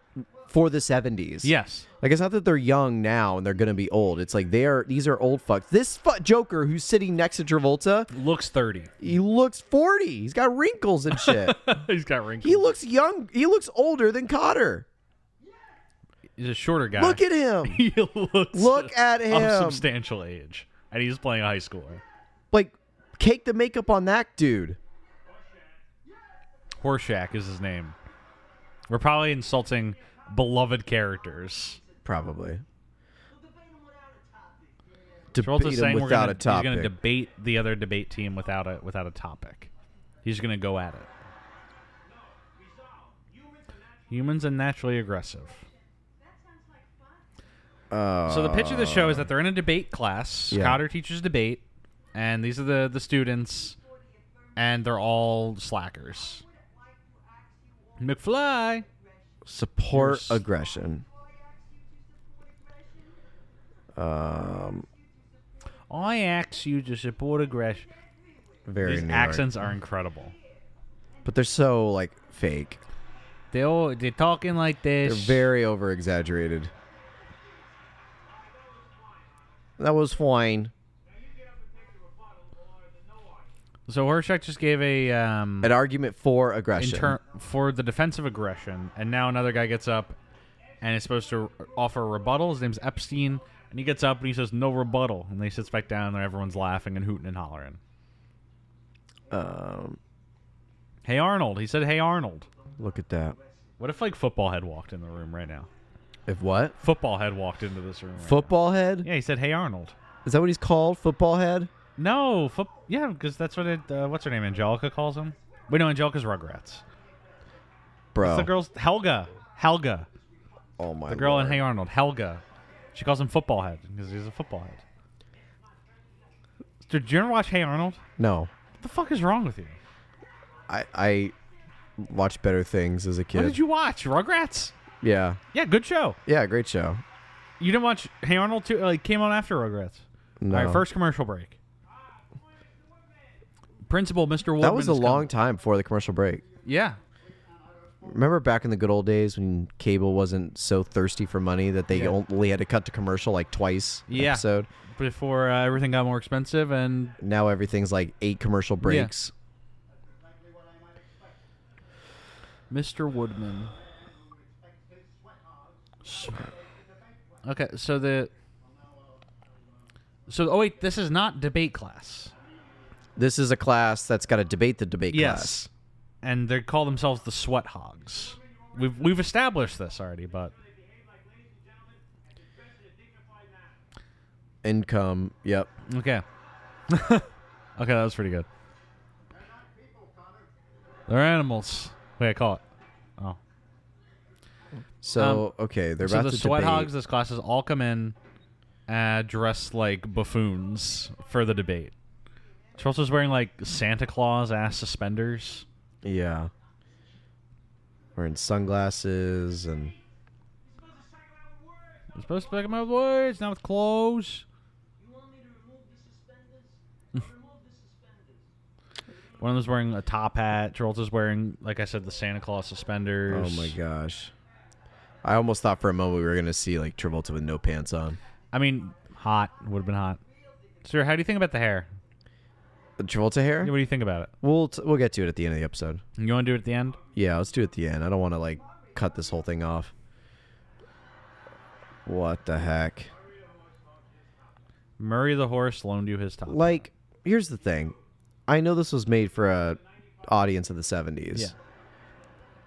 Speaker 2: for the 70s.
Speaker 1: Yes.
Speaker 2: Like it's not that they're young now and they're going to be old. It's like they are these are old fucks. This fu- Joker who's sitting next to Travolta,
Speaker 1: Looks 30.
Speaker 2: he looks 40. He's got wrinkles and shit.
Speaker 1: he's got wrinkles.
Speaker 2: he looks young. He looks older than Cotter.
Speaker 1: he's a shorter guy.
Speaker 2: Look at him.
Speaker 1: he looks
Speaker 2: Look at
Speaker 1: of
Speaker 2: him.
Speaker 1: substantial age. And he's playing a high schooler.
Speaker 2: like cake the makeup on that dude.
Speaker 1: Horshack is his name. We're probably insulting beloved characters.
Speaker 2: Probably.
Speaker 1: Travolta's
Speaker 2: Debate
Speaker 1: saying
Speaker 2: him
Speaker 1: we're gonna,
Speaker 2: without a
Speaker 1: he's going to
Speaker 2: topic.
Speaker 1: debate the other debate team without a without a topic. He's going to go at it. Humans are naturally aggressive.
Speaker 2: Uh,
Speaker 1: So the pitch of the show is that they're in a debate class.
Speaker 2: Yeah.
Speaker 1: Cotter teaches debate, and these are the the students, and they're all slackers. McFly.
Speaker 2: support
Speaker 1: Here's-
Speaker 2: aggression. Um,
Speaker 1: I ask you to support aggression.
Speaker 2: very
Speaker 1: These
Speaker 2: New York.
Speaker 1: accents are incredible.
Speaker 2: but they're so like fake.
Speaker 1: They all they're talking like
Speaker 2: They're
Speaker 1: this.
Speaker 2: very over exaggerated. That was fine.
Speaker 1: so Horshack just gave a um
Speaker 2: An argument for
Speaker 1: in
Speaker 2: aggression.
Speaker 1: turn for the defensive aggression, and now another guy gets up and is supposed to offer a rebuttal. His name's Epstein, and he gets up and he says no rebuttal, and they sits back down and everyone's laughing and hooting and hollering.
Speaker 2: um,
Speaker 1: Hey Arnold, he said. Hey Arnold.
Speaker 2: look at that.
Speaker 1: What if like football had walked in the room right now?
Speaker 2: If what?
Speaker 1: Football had walked into this room. Right
Speaker 2: Football head?
Speaker 1: now. Yeah, he said. Hey Arnold.
Speaker 2: Is that what he's called? Football head?
Speaker 1: No, foot. Yeah, because that's what it. Uh, what's her name? Angelica calls him. We know Angelica's Rugrats.
Speaker 2: Bro.
Speaker 1: It's the girl's Helga. Helga.
Speaker 2: oh my
Speaker 1: The girl
Speaker 2: Lord.
Speaker 1: in Hey Arnold, Helga. She calls him Football Head because he's a football head. Did you ever watch Hey Arnold?
Speaker 2: No.
Speaker 1: What the fuck is wrong with you?
Speaker 2: I I watched better things as a kid.
Speaker 1: What did you watch? Rugrats?
Speaker 2: Yeah.
Speaker 1: Yeah, good show.
Speaker 2: Yeah, great show.
Speaker 1: You didn't watch Hey Arnold too? Like came on after Rugrats.
Speaker 2: No.
Speaker 1: All right, first commercial break. Principal Mr. Woodman.
Speaker 2: that was a
Speaker 1: is
Speaker 2: long
Speaker 1: coming.
Speaker 2: time before the commercial break.
Speaker 1: Yeah.
Speaker 2: Remember back in the good old days when cable wasn't so thirsty for money that they
Speaker 1: Yeah.
Speaker 2: only had to cut to commercial like twice an
Speaker 1: Yeah.
Speaker 2: episode?
Speaker 1: Before uh, everything got more expensive and
Speaker 2: Now everything's like eight commercial breaks.
Speaker 1: Mr. Woodman. Okay, so the So, oh wait, this is not debate class.
Speaker 2: This is a class that's got to debate the debate
Speaker 1: Yes,
Speaker 2: class.
Speaker 1: and they call themselves the Sweat Hogs. We've we've established this already, but
Speaker 2: Income. Yep.
Speaker 1: okay, okay, that was pretty good. They're animals. Wait, I call it. Oh,
Speaker 2: So okay, they're
Speaker 1: Um, so
Speaker 2: about
Speaker 1: the
Speaker 2: to
Speaker 1: Sweat
Speaker 2: debate.
Speaker 1: Hogs, this class is all come in, uh, dressed like buffoons for the debate. Charles wearing like Santa Claus ass suspenders.
Speaker 2: Yeah. Wearing sunglasses and
Speaker 1: I'm supposed to pick up my words, not with clothes. One of them's wearing a top hat. Travolta's wearing, like I said, the Santa Claus
Speaker 2: oh
Speaker 1: suspenders.
Speaker 2: my gosh. I almost thought for a moment we were gonna see like Travolta with no pants on.
Speaker 1: I mean, hot would have been hot. Sir, how do you think about the hair?
Speaker 2: The Travolta hair?
Speaker 1: What do you think about it?
Speaker 2: We'll t- we'll get to it at the end of the episode.
Speaker 1: You want to do it at the end?
Speaker 2: Yeah, let's do it at the end. I don't want to like cut this whole thing off. What the heck?
Speaker 1: Murray the horse loaned you his top. hat.
Speaker 2: Like, here's the thing. I know this was made for a audience of the 70s.
Speaker 1: Yeah.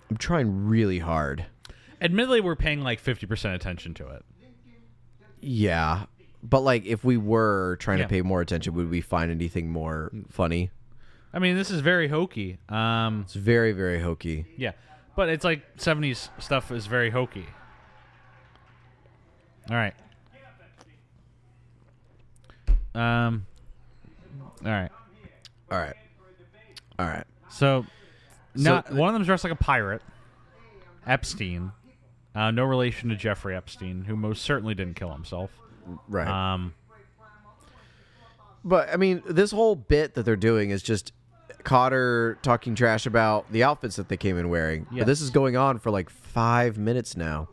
Speaker 2: I'm trying really hard.
Speaker 1: Admittedly, we're paying like fifty percent attention to it.
Speaker 2: Yeah. But like if we were trying
Speaker 1: Yeah.
Speaker 2: to pay more attention, would we find anything more funny?
Speaker 1: I mean, this is very hokey. Um,
Speaker 2: It's very very hokey.
Speaker 1: yeah, but it's like seventies stuff is very hokey. All right. Um. All right.
Speaker 2: All right. All right.
Speaker 1: So, not
Speaker 2: So-
Speaker 1: one of them's dressed like a pirate, Epstein. Uh, no relation to Jeffrey Epstein, who most certainly didn't kill himself.
Speaker 2: Right.
Speaker 1: Um,
Speaker 2: But I mean, this whole bit that they're doing is just Cotter talking trash about the outfits that they came in wearing. But this
Speaker 1: Yes.
Speaker 2: is going on for like five minutes now.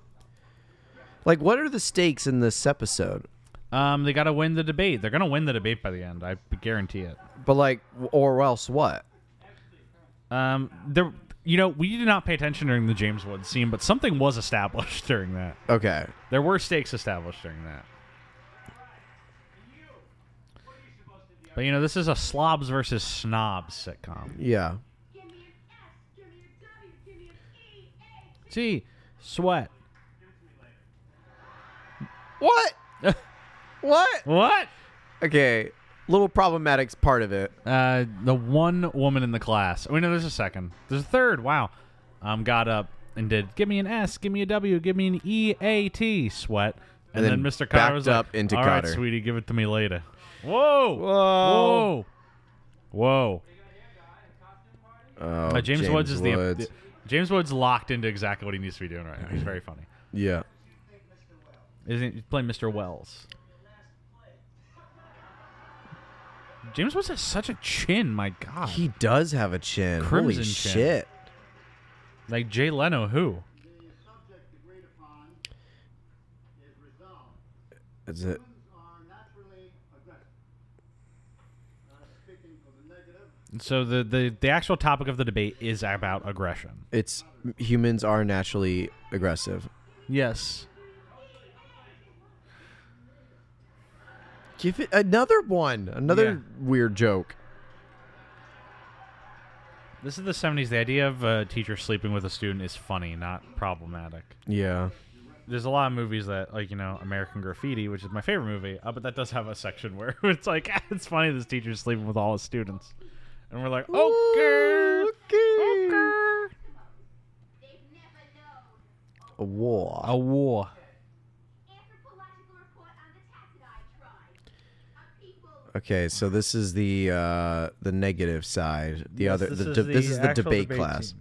Speaker 2: Like, what are the stakes in this episode?
Speaker 1: um, they got to win the debate. They're gonna win the debate by the end. I guarantee it.
Speaker 2: But like, or else what?
Speaker 1: Um, there, you know, we did not pay attention during the James Woods scene, but something was established during that.
Speaker 2: Okay,
Speaker 1: There were stakes established during that. But you know, this is a slobs versus snobs sitcom.
Speaker 2: yeah,
Speaker 1: See, sweat.
Speaker 2: what? what?
Speaker 1: What?
Speaker 2: Okay, little problematic's part of it.
Speaker 1: Uh, the one woman in the class. Oh, wait, no, there's a second. There's a third. Wow. Um, got up and did give me an S, give me a W, give me an E A T sweat. And,
Speaker 2: And
Speaker 1: then,
Speaker 2: then
Speaker 1: Mr. Cotter
Speaker 2: backed
Speaker 1: was
Speaker 2: up
Speaker 1: like,
Speaker 2: into
Speaker 1: "All right,
Speaker 2: Cotter."
Speaker 1: sweetie, give it to me later. Whoa,
Speaker 2: Whoa.
Speaker 1: whoa, whoa.
Speaker 2: Oh,
Speaker 1: Uh, James, Woods is the, the- James Woods locked into exactly what he needs to be doing right now. He's very funny.
Speaker 2: yeah.
Speaker 1: Isn't he's playing Mr. Wells? James Woods has such a chin. My God,
Speaker 2: He does have a chin.
Speaker 1: Oh. Crimson
Speaker 2: Holy
Speaker 1: chin.
Speaker 2: shit!
Speaker 1: like Jay Leno, who?
Speaker 2: Is it?
Speaker 1: So the, the the actual topic of the debate is about aggression.
Speaker 2: It's humans are naturally aggressive.
Speaker 1: Yes.
Speaker 2: Give it another one. Another weird joke.
Speaker 1: This is the 70s. The idea of a teacher sleeping with a student is funny, not problematic.
Speaker 2: Yeah.
Speaker 1: There's a lot of movies that, like, you know, American Graffiti, which is my favorite movie, uh, but that does have a section where it's like, it's funny this teacher's sleeping with all his students. And we're like, okay. okay.
Speaker 2: A war.
Speaker 1: A war.
Speaker 2: Okay, so this is the uh the negative side. The other the de- this is the debate, class.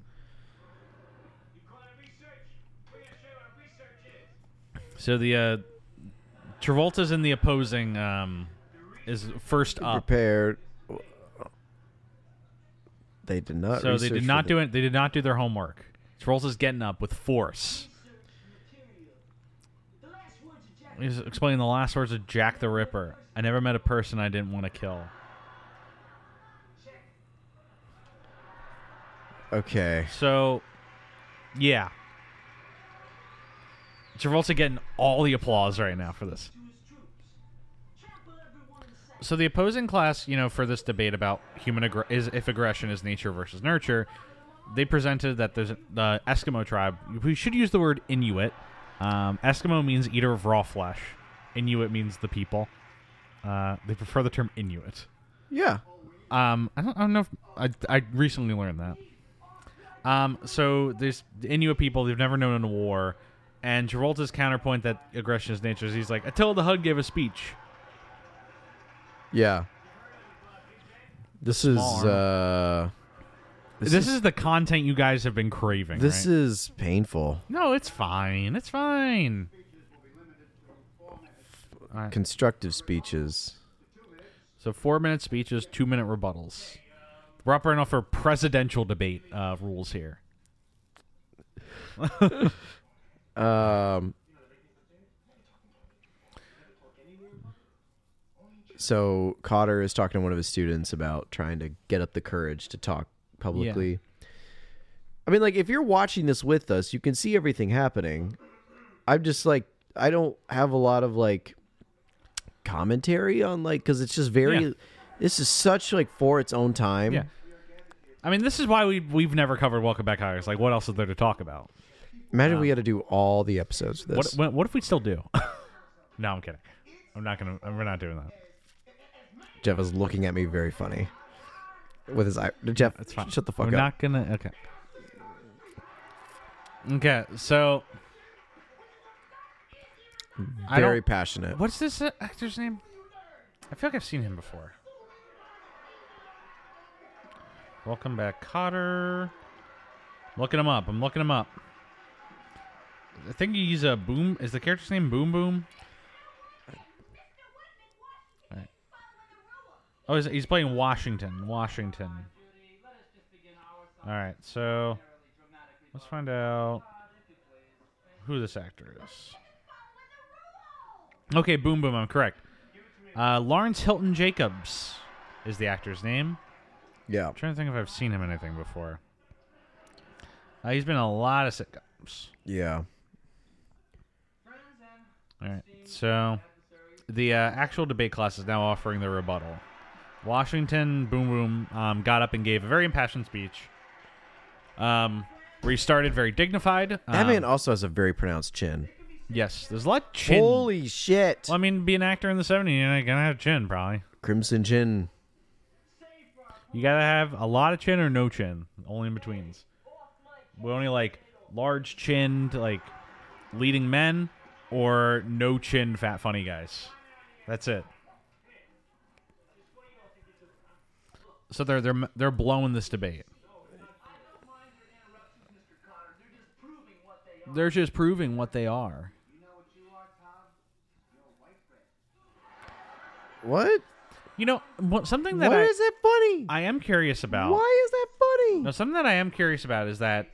Speaker 1: So the uh, Travolta's in the opposing um, is first up.
Speaker 2: Prepared. They did not.
Speaker 1: So they
Speaker 2: research
Speaker 1: did
Speaker 2: for
Speaker 1: not
Speaker 2: the-
Speaker 1: do it. They did not do their homework. Travolta's getting up with force. He's explaining the last words of Jack the Ripper. I never met a person I didn't want to kill.
Speaker 2: Okay.
Speaker 1: So, yeah. Travolta getting all the applause right now for this. So the opposing class, you know, for this debate about human aggr- is if aggression is nature versus nurture, they presented that there's the Eskimo tribe. We should use the word Inuit. Um, Eskimo means eater of raw flesh. Inuit means the people. Uh, they prefer the term Inuit.
Speaker 2: Yeah.
Speaker 1: Um, I don't, I don't know. If, I I recently learned that. Um, so there's the Inuit people they've never known a war, and Travolta's counterpoint that aggression is nature is he's like Attila the Hun gave a speech.
Speaker 2: Yeah. This is
Speaker 1: Small
Speaker 2: uh
Speaker 1: This, is, the content you guys have been craving.
Speaker 2: this
Speaker 1: right?
Speaker 2: is painful.
Speaker 1: no, it's fine. It's fine.
Speaker 2: Constructive speeches.
Speaker 1: So four minute speeches, two minute rebuttals. We're up right now for presidential debate uh, rules here.
Speaker 2: Um So Cotter is talking to one of his students about trying to get up the courage to talk publicly. I mean like if you're watching this with us, you can see everything happening. I'm just like I don't have a lot of like commentary on like cuz it's just very
Speaker 1: Yeah.
Speaker 2: this is such like for its own time.
Speaker 1: Yeah. I mean, this is why we we've never covered Welcome Back, Hires. Like, what else is there to talk about?
Speaker 2: Imagine we had to do all the episodes of this.
Speaker 1: Uh-huh. What what, what if we still do? no, I'm kidding. I'm not gonna. We're not doing that.
Speaker 2: Jeff is looking at me very funny with his eye. Jeff,
Speaker 1: It's fine.
Speaker 2: shut the fuck
Speaker 1: We're not
Speaker 2: up.
Speaker 1: gonna. Okay. Okay. So. I
Speaker 2: very
Speaker 1: don't,
Speaker 2: passionate.
Speaker 1: what's this uh, actor's name? I feel like I've seen him before. Welcome back, Cotter. Looking him up. I'm looking him up. I think he's a boom. Is the character's name Boom Boom? Right. Oh, he's, he's playing Washington. Washington. All right, so let's find out who this actor is. Okay, Boom Boom, I'm correct. Uh, Lawrence Hilton Jacobs is the actor's name.
Speaker 2: Yeah.
Speaker 1: I'm trying to think if I've seen him in anything before. Uh, he's been in a lot of sitcoms. Um,
Speaker 2: Yeah.
Speaker 1: All right, so the uh, actual debate class is now offering the rebuttal. Washington Boom Boom um, got up and gave a very impassioned speech. Um, where he started very dignified.
Speaker 2: That
Speaker 1: Um,
Speaker 2: man also has a very pronounced chin.
Speaker 1: yes, there's a lot of chin.
Speaker 2: Holy shit.
Speaker 1: Well, I mean, be an actor in the '70s, you're not gonna have chin, probably.
Speaker 2: Crimson chin.
Speaker 1: You gotta have a lot of chin or no chin, only in betweens. We only like large chinned, like leading men, or no chin, fat funny guys. That's it. So they're they're they're blowing this debate. They're just proving what they are.
Speaker 2: What?
Speaker 1: You know, what- something
Speaker 2: Why
Speaker 1: that I,
Speaker 2: is that funny?
Speaker 1: I am curious about.
Speaker 2: Why is that funny?
Speaker 1: Now, something that I am curious about is that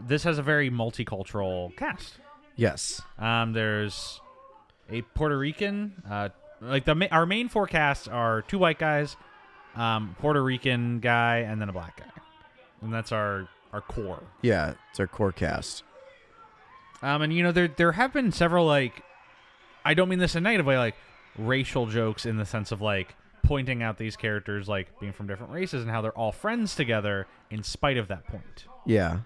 Speaker 1: this has a very multicultural cast.
Speaker 2: Yes.
Speaker 1: Um, there's a Puerto Rican. Uh, like the ma- our main four casts are two white guys, um, Puerto Rican guy, and then a black guy, and that's our our core.
Speaker 2: Yeah. It's our core cast.
Speaker 1: Um, and you know there there have been several like, I don't mean this in a negative way, like racial jokes in the sense of like pointing out these characters like being from different races and how they're all friends together in spite of that point.
Speaker 2: Yeah.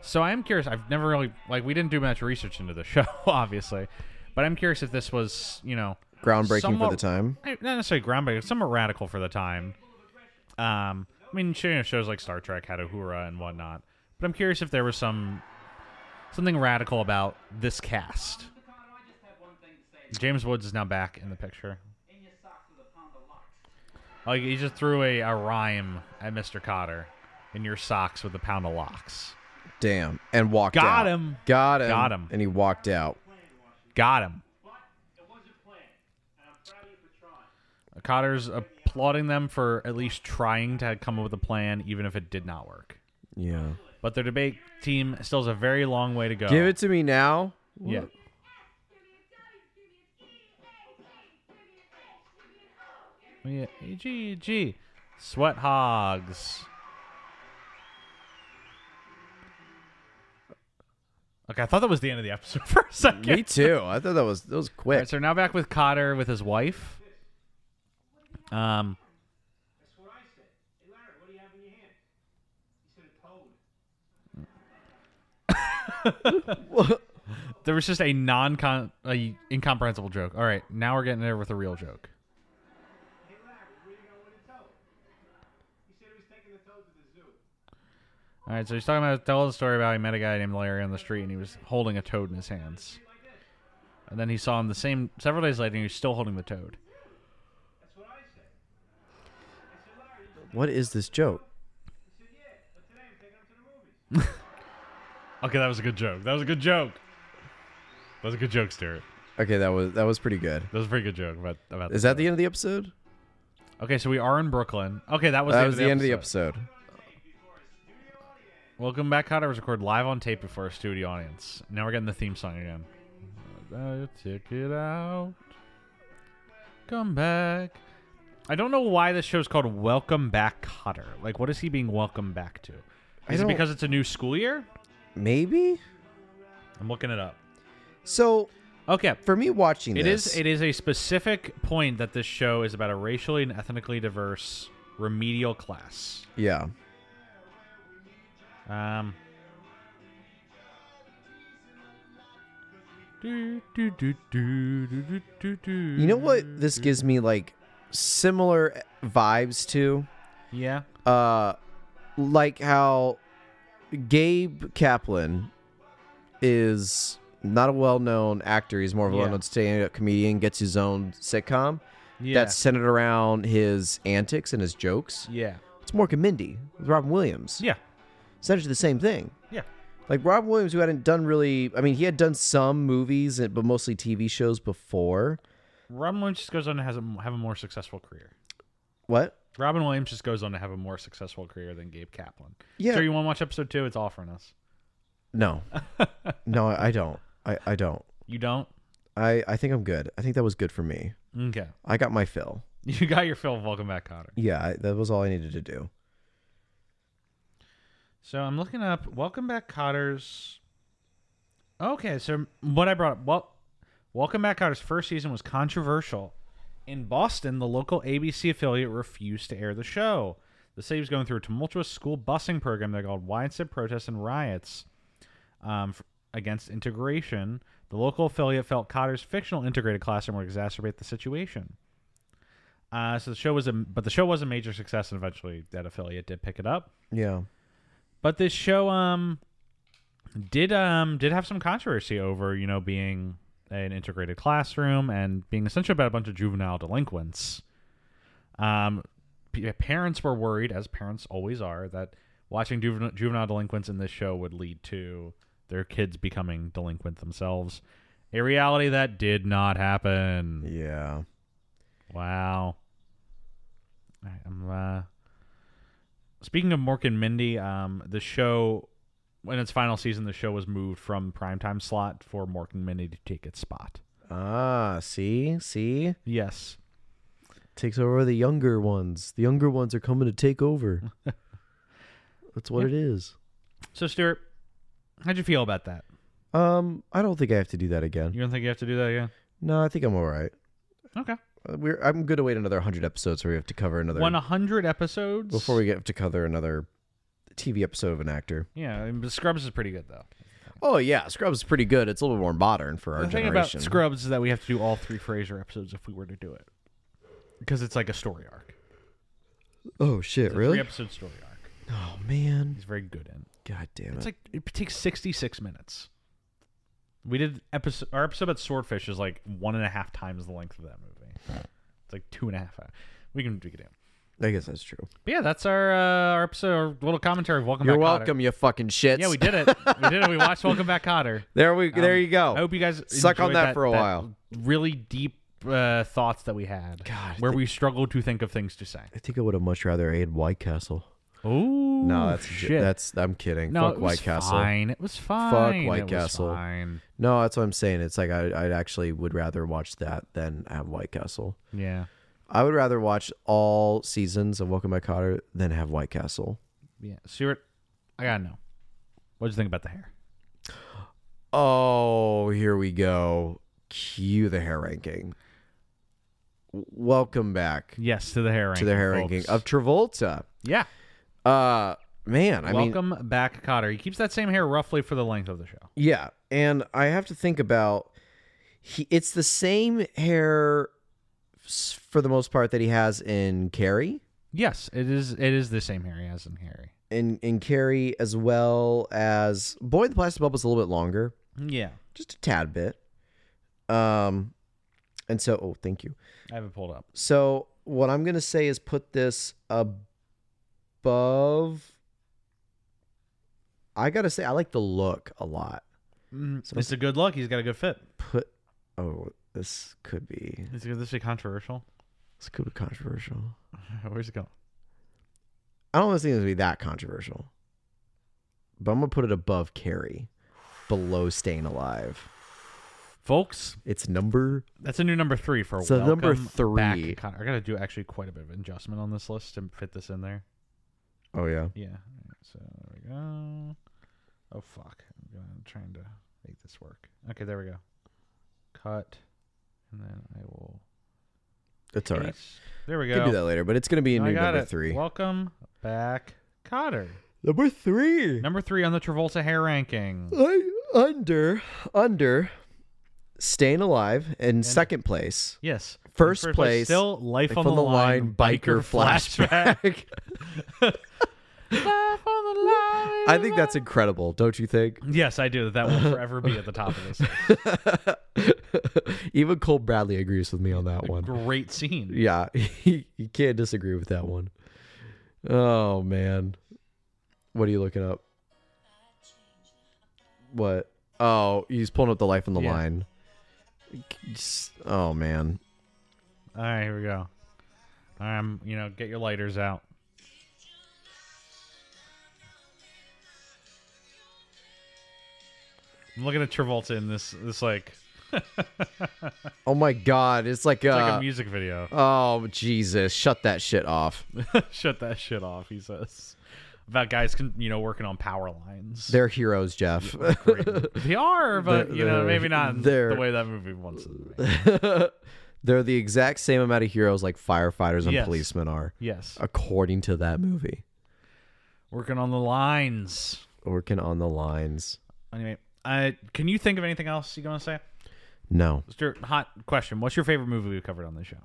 Speaker 1: So I am curious. I've never really like we didn't do much research into the show, obviously, but I'm curious if this was you know
Speaker 2: Groundbreaking
Speaker 1: somewhat-
Speaker 2: for the time.
Speaker 1: I- not necessarily groundbreaking, somewhat radical for the time. Um, I mean, sure, you know, shows like Star Trek had a hoorah and whatnot, but I'm curious if there was some something radical about this cast. James Woods is now back in the picture. Like he just threw a, a rhyme at Mr. Cotter in your socks with a pound of locks.
Speaker 2: Damn. And walked out.
Speaker 1: Got him.
Speaker 2: Got him.
Speaker 1: Got him.
Speaker 2: And he walked out.
Speaker 1: Got him. Cotter's applauding them for at least trying to come up with a plan, even if it did not work.
Speaker 2: Yeah.
Speaker 1: But their debate team still has a very long way to go.
Speaker 2: Give it to me now.
Speaker 1: Yeah. Oh, Yeah. E Eg, eg. Sweat hogs. Okay, I thought that was the end of the episode for a second.
Speaker 2: Me too. I thought that was that was
Speaker 1: All
Speaker 2: quick.
Speaker 1: right, so we're now back with Cotter with his wife. Um,
Speaker 4: what I said. Hey, Larry, what do you have in your hand? He said a toad.
Speaker 1: there was just a non con a incomprehensible joke. All right, now we're getting there with a real joke.
Speaker 4: Hey, Larry, where you going with a toad? He said he was taking the toad to the zoo.
Speaker 1: All right, so he's talking about telling a story about he met a guy named Larry on the street and he was holding a toad in his hands. And then he saw him the same several days later and he was still holding the toad.
Speaker 4: That's what I said. I said, Larry, you said,
Speaker 2: What is this joke?
Speaker 4: he said, yeah, but today I'm taking him to the movies.
Speaker 1: Okay, that was a good joke. That was a good joke. That was a good joke, Stuart.
Speaker 2: Okay, that was that was pretty good.
Speaker 1: That was a pretty good joke about about.
Speaker 2: Is that the end of the episode?
Speaker 1: Okay, so we are in Brooklyn. Okay, that was
Speaker 2: that
Speaker 1: the
Speaker 2: was the end of the episode.
Speaker 1: Welcome back, Cotter. Was recorded live on tape before a studio audience. Now we're getting the theme song again. Uh, Check it out. Come back. I don't know why this show's called Welcome Back, Cotter. Like, what is he being welcomed back to?
Speaker 2: I
Speaker 1: Is it
Speaker 2: don't-
Speaker 1: because it's a new school year?
Speaker 2: Maybe.
Speaker 1: I'm looking it up.
Speaker 2: So
Speaker 1: Okay,
Speaker 2: for me, watching
Speaker 1: It
Speaker 2: this,
Speaker 1: is. It is a specific point that this show is about a racially and ethnically diverse remedial class.
Speaker 2: yeah.
Speaker 1: Um. do, do, do, do, do, do, do, do.
Speaker 2: You know what? This gives me like similar vibes to,
Speaker 1: Yeah.
Speaker 2: uh, like how Gabe Kaplan is not a well-known actor. He's more of a
Speaker 1: Yeah.
Speaker 2: well-known stand-up comedian. Gets his own sitcom
Speaker 1: Yeah.
Speaker 2: that's centered around his antics and his jokes.
Speaker 1: Yeah.
Speaker 2: It's Mork and Mindy with Robin Williams.
Speaker 1: Yeah.
Speaker 2: Essentially the same thing.
Speaker 1: Yeah.
Speaker 2: Like Rob Williams, who hadn't done really, I mean, he had done some movies, and- but mostly TV shows before.
Speaker 1: Robin Williams just goes on to has a, have a more successful career.
Speaker 2: What?
Speaker 1: Robin Williams just goes on to have a more successful career than Gabe Kaplan.
Speaker 2: Yeah.
Speaker 1: Sure, you want to watch episode two? It's offering us.
Speaker 2: No, no, I, I don't. I, I don't.
Speaker 1: You don't?
Speaker 2: I, I think I'm good. I think that was good for me.
Speaker 1: Okay.
Speaker 2: I got my fill.
Speaker 1: You got your fill. of Welcome back, Cotter.
Speaker 2: Yeah, I, that was all I needed to do.
Speaker 1: So I'm looking up Welcome Back Cotter's. Okay, so what I brought up, well, Welcome Back Cotter's first season was controversial. In Boston, the local ABC affiliate refused to air the show. The city was going through a tumultuous school busing program that called widespread protests and riots um, f- against integration. The local affiliate felt Cotter's fictional integrated classroom would exacerbate the situation. Uh, so the show was a, but the show was a major success, and eventually that affiliate did pick it up.
Speaker 2: Yeah.
Speaker 1: But this show um did um did have some controversy over, you know, being an integrated classroom and being essentially about a bunch of juvenile delinquents. Um p- parents were worried as parents always are that watching juvenile, juvenile delinquents in this show would lead to their kids becoming delinquent themselves. A reality that did not happen.
Speaker 2: Yeah.
Speaker 1: Wow. All right, I'm uh speaking of Mork and Mindy, um the show in its final season the show was moved from primetime slot for Mork and Mindy to take its spot.
Speaker 2: Ah, see, see,
Speaker 1: Yes.
Speaker 2: takes over the younger ones. The younger ones are coming to take over. That's what it is.
Speaker 1: So Stuart, how'd you feel about that?
Speaker 2: Um, I don't think I have to do that again.
Speaker 1: You don't think you have to do that again?
Speaker 2: No, I think I'm all right.
Speaker 1: Okay.
Speaker 2: Uh, We're I'm good to wait another 100 episodes where we have to cover another
Speaker 1: One hundred episodes
Speaker 2: before we get to cover another TV episode of an actor.
Speaker 1: Yeah, I mean, Scrubs is pretty good though.
Speaker 2: Oh yeah, Scrubs is pretty good. It's a little bit more modern for our
Speaker 1: the thing
Speaker 2: generation.
Speaker 1: about Scrubs is that we have to do all three Frasier episodes if we were to do it. Because it's like a story arc.
Speaker 2: oh shit,
Speaker 1: It's a
Speaker 2: really?
Speaker 1: three episode story arc.
Speaker 2: Oh man,
Speaker 1: He's very good in.
Speaker 2: god damn it.
Speaker 1: It's like it takes sixty six minutes. We did episode our episode about Swordfish is like one and a half times the length of that movie. It's like two and a half hours. We can dig it in.
Speaker 2: I guess that's true.
Speaker 1: But yeah, that's our uh, our episode, our little commentary. Of Welcome
Speaker 2: You're
Speaker 1: back, Cotter.
Speaker 2: welcome, you fucking shits.
Speaker 1: Yeah, we did it. we did it. We watched Welcome Back, Cotter.
Speaker 2: There we, there
Speaker 1: Um,
Speaker 2: you go.
Speaker 1: I hope you guys
Speaker 2: Suck on
Speaker 1: enjoyed
Speaker 2: that for a while.
Speaker 1: Really deep uh, thoughts that we had,
Speaker 2: God,
Speaker 1: where
Speaker 2: the-
Speaker 1: we struggled to think of things to say.
Speaker 2: I think I would have much rather ate White Castle.
Speaker 1: Oh
Speaker 2: No, that's a j-
Speaker 1: shit.
Speaker 2: that's I'm kidding.
Speaker 1: no,
Speaker 2: Fuck
Speaker 1: it was
Speaker 2: White Castle.
Speaker 1: Fine. It was fine.
Speaker 2: White
Speaker 1: It was
Speaker 2: Castle.
Speaker 1: fine.
Speaker 2: No, that's what I'm saying. It's like I I actually would rather watch that than have White Castle.
Speaker 1: Yeah.
Speaker 2: I would rather watch all seasons of Welcome Back Cotter than have White Castle.
Speaker 1: Yeah, Stuart, I gotta know. What'd you think about the hair?
Speaker 2: Oh, here we go. Cue the hair ranking. Welcome back
Speaker 1: Yes, to the hair ranking.
Speaker 2: to the hair
Speaker 1: folks.
Speaker 2: ranking of Travolta.
Speaker 1: yeah.
Speaker 2: Uh, man, I mean,
Speaker 1: Welcome back, Cotter. He keeps that same hair roughly for the length of the show.
Speaker 2: yeah, and I have to think about. He, it's the same hair, s- for the most part, that he has in Carrie.
Speaker 1: Yes, it is. It is the same hair he has in Harry.
Speaker 2: in in Carrie as well as Boy the Plastic Bubble's a little bit longer,
Speaker 1: Yeah,
Speaker 2: just a tad bit. Um and so oh, thank you.
Speaker 1: I have it pulled up.
Speaker 2: So what I'm going to say is put this above I got to say I like the look a lot. So-
Speaker 1: it's a good look. He's got a good fit.
Speaker 2: Put oh, this could be
Speaker 1: Is this be controversial?
Speaker 2: this could be controversial.
Speaker 1: Where's it going?
Speaker 2: I don't think it's going to be that controversial. But I'm going to put it above Carrie, below Staying Alive.
Speaker 1: Folks,
Speaker 2: It's number
Speaker 1: that's a new number three for
Speaker 2: So
Speaker 1: welcome
Speaker 2: number three.
Speaker 1: Back Cotter. I gotta do actually quite a bit of adjustment on this list to fit this in there.
Speaker 2: Oh yeah.
Speaker 1: Yeah. So there we go. Oh fuck! I'm gonna- I'm trying to make this work. Okay, there we go. Cut, and then I will.
Speaker 2: It's all right.
Speaker 1: paste. There we
Speaker 2: We
Speaker 1: go.
Speaker 2: can do that later, but it's gonna be a
Speaker 1: I
Speaker 2: new
Speaker 1: got
Speaker 2: number
Speaker 1: it.
Speaker 2: three.
Speaker 1: Welcome back, Cotter.
Speaker 2: number three.
Speaker 1: Number three on the Travolta hair ranking.
Speaker 2: I, under under staying alive in second place.
Speaker 1: Yes.
Speaker 2: First place,
Speaker 1: Still life,
Speaker 2: Life
Speaker 1: on, the, line, biker flashback. life on the line.
Speaker 2: I think that's incredible, don't you think?
Speaker 1: Yes, I do. That that will forever be at the top of this.
Speaker 2: Even Cole Bradley agrees with me on that one.
Speaker 1: Great scene.
Speaker 2: Yeah, he, he can't disagree with that one. Oh man. What are you looking up? What? Oh, he's pulling up the life on the
Speaker 1: Yeah.
Speaker 2: line. Just- Oh man.
Speaker 1: All right, here we go. Um, you know, get your lighters out. I'm looking at Travolta in this this like
Speaker 2: Oh my god, it's like a,
Speaker 1: it's like a music video.
Speaker 2: Oh Jesus, shut that shit off.
Speaker 1: Shut that shit off, he says. About guys, con- you know, working on power lines.
Speaker 2: They're heroes, Jeff.
Speaker 1: Great movie. they are, but
Speaker 2: They're-
Speaker 1: you know,
Speaker 2: they're-
Speaker 1: maybe not in
Speaker 2: they're-
Speaker 1: the way that movie wants it to be.
Speaker 2: They're the exact same amount of heroes like firefighters and
Speaker 1: Yes.
Speaker 2: policemen are,
Speaker 1: Yes,
Speaker 2: according to that movie.
Speaker 1: working on the lines.
Speaker 2: Working on the lines.
Speaker 1: Anyway, uh, can you think of anything else you want to say?
Speaker 2: No.
Speaker 1: Stuart, hot question. What's your favorite movie we've covered on this show?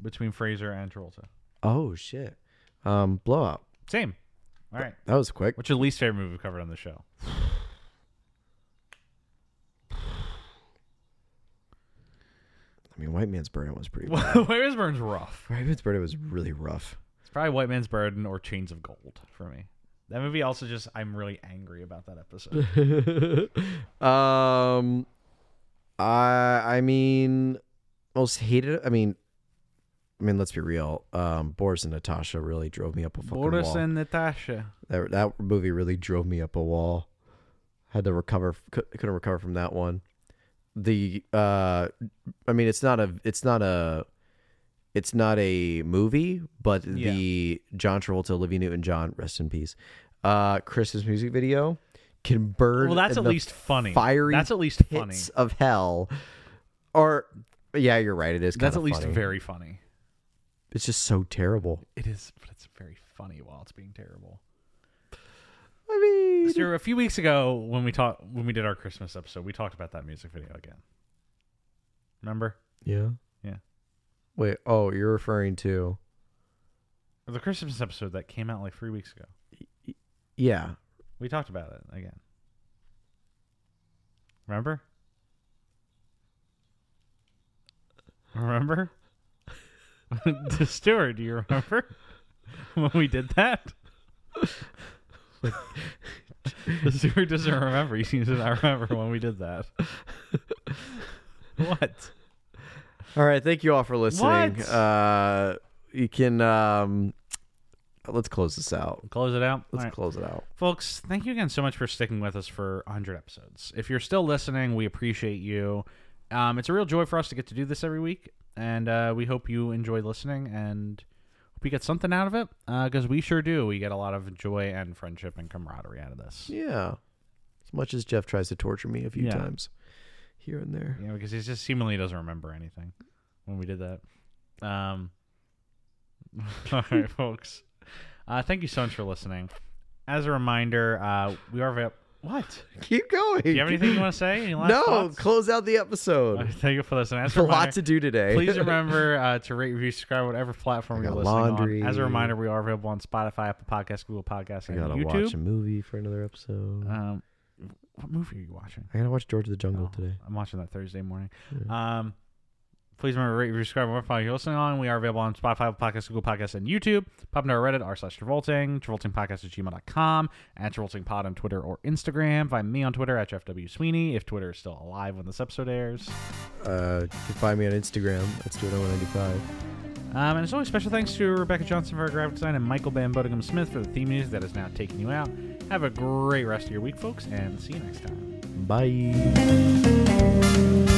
Speaker 1: Between Fraser and Travolta.
Speaker 2: Oh shit. Um, blowout.
Speaker 1: Same. All right.
Speaker 2: That was quick.
Speaker 1: What's your least favorite movie we've covered on the show?
Speaker 2: I mean, White Man's Burden was pretty.
Speaker 1: White Man's Burden's rough.
Speaker 2: White Man's Burden was really rough.
Speaker 1: It's probably White Man's Burden or Chains of Gold for me. That movie also just, I'm really angry about that episode.
Speaker 2: um, I I mean, most hated. I mean, I mean, let's be real. Um, Boris and Natasha really drove me up a fucking
Speaker 1: Boris
Speaker 2: wall.
Speaker 1: and Natasha.
Speaker 2: that that movie really drove me up a wall. Had to recover. cou- Couldn't recover from that one. The uh, I mean, it's not a. It's not a. It's not a movie, but the John Travolta, Olivia Newton-John, rest in peace. Uh, Christmas music video can burn.
Speaker 1: Well, that's
Speaker 2: in
Speaker 1: at
Speaker 2: the
Speaker 1: least funny.
Speaker 2: Fiery.
Speaker 1: That's at least funny.
Speaker 2: pits of hell. Or yeah, you're right. It is.
Speaker 1: That's
Speaker 2: kinda
Speaker 1: at least
Speaker 2: funny.
Speaker 1: very funny.
Speaker 2: It's just so terrible.
Speaker 1: It is, but it's very funny while it's being terrible.
Speaker 2: I mean,
Speaker 1: Stuart, a few weeks ago when we talked when we did our Christmas episode, we talked about that music video again. Remember?
Speaker 2: yeah,
Speaker 1: Yeah.
Speaker 2: Wait. Oh, you're referring to.
Speaker 1: The Christmas episode that came out like three weeks ago.
Speaker 2: Yeah.
Speaker 1: We talked about it again. Remember? Remember? Stuart, do you remember when we did that? Stuart doesn't remember. He seems to not remember when we did that. What?
Speaker 2: All right. Thank you all for listening.
Speaker 1: What?
Speaker 2: Uh, you can um, let's close this out.
Speaker 1: Close it out.
Speaker 2: Let's
Speaker 1: All right.
Speaker 2: close it out.
Speaker 1: Folks, thank you again so much for sticking with us for 100 episodes. If you're still listening, we appreciate you. Um, it's a real joy for us to get to do this every week, and uh, we hope you enjoy listening and hope you get something out of it because we sure do. We get a lot of joy and friendship and camaraderie out of this.
Speaker 2: Yeah. As much as Jeff tries to torture me a few
Speaker 1: Yeah.
Speaker 2: times, here and there.
Speaker 1: You know, because he just seemingly doesn't remember anything when we did that. Um, all right, folks. Uh, thank you so much for listening. As a reminder, uh, we are. avail what?
Speaker 2: Keep going.
Speaker 1: Do you have anything you want to say? Any last
Speaker 2: No,
Speaker 1: thoughts?
Speaker 2: close out the
Speaker 1: All
Speaker 2: episode.
Speaker 1: right, Uh, thank you for listening. As a
Speaker 2: a lot
Speaker 1: reminder,
Speaker 2: to do today.
Speaker 1: please remember uh, to rate, review, subscribe, whatever platform you're
Speaker 2: got
Speaker 1: listening
Speaker 2: laundry.
Speaker 1: on. As a reminder, we are available on Spotify, Apple Podcasts, Google Podcasts,
Speaker 2: I
Speaker 1: and
Speaker 2: gotta
Speaker 1: YouTube.
Speaker 2: watch a movie for another episode.
Speaker 1: Um, what movie are you watching?
Speaker 2: Uh, I gotta watch George of the Jungle
Speaker 1: Oh,
Speaker 2: today.
Speaker 1: I'm watching that Thursday morning. Um, please remember to rate, review, subscribe, whatever platform you're listening on. We are available on Spotify, Apple Podcasts, Google Podcasts, and YouTube. Pop into our Reddit, r slash Travolting, TravoltingPodcast at gmail.com, at TravoltingPod on Twitter or Instagram. Find me on Twitter at Jeff W. Sweeney, if Twitter is still alive when this episode airs.
Speaker 2: Uh, you can find me on Instagram. That's Twitter 195.
Speaker 1: Um, and as always, special thanks to Rebecca Johnson for our graphic design and Michael Bambodingham Smith for the theme music that is now taking you out. Have a great rest of your week, folks, and see you next time.
Speaker 2: Bye.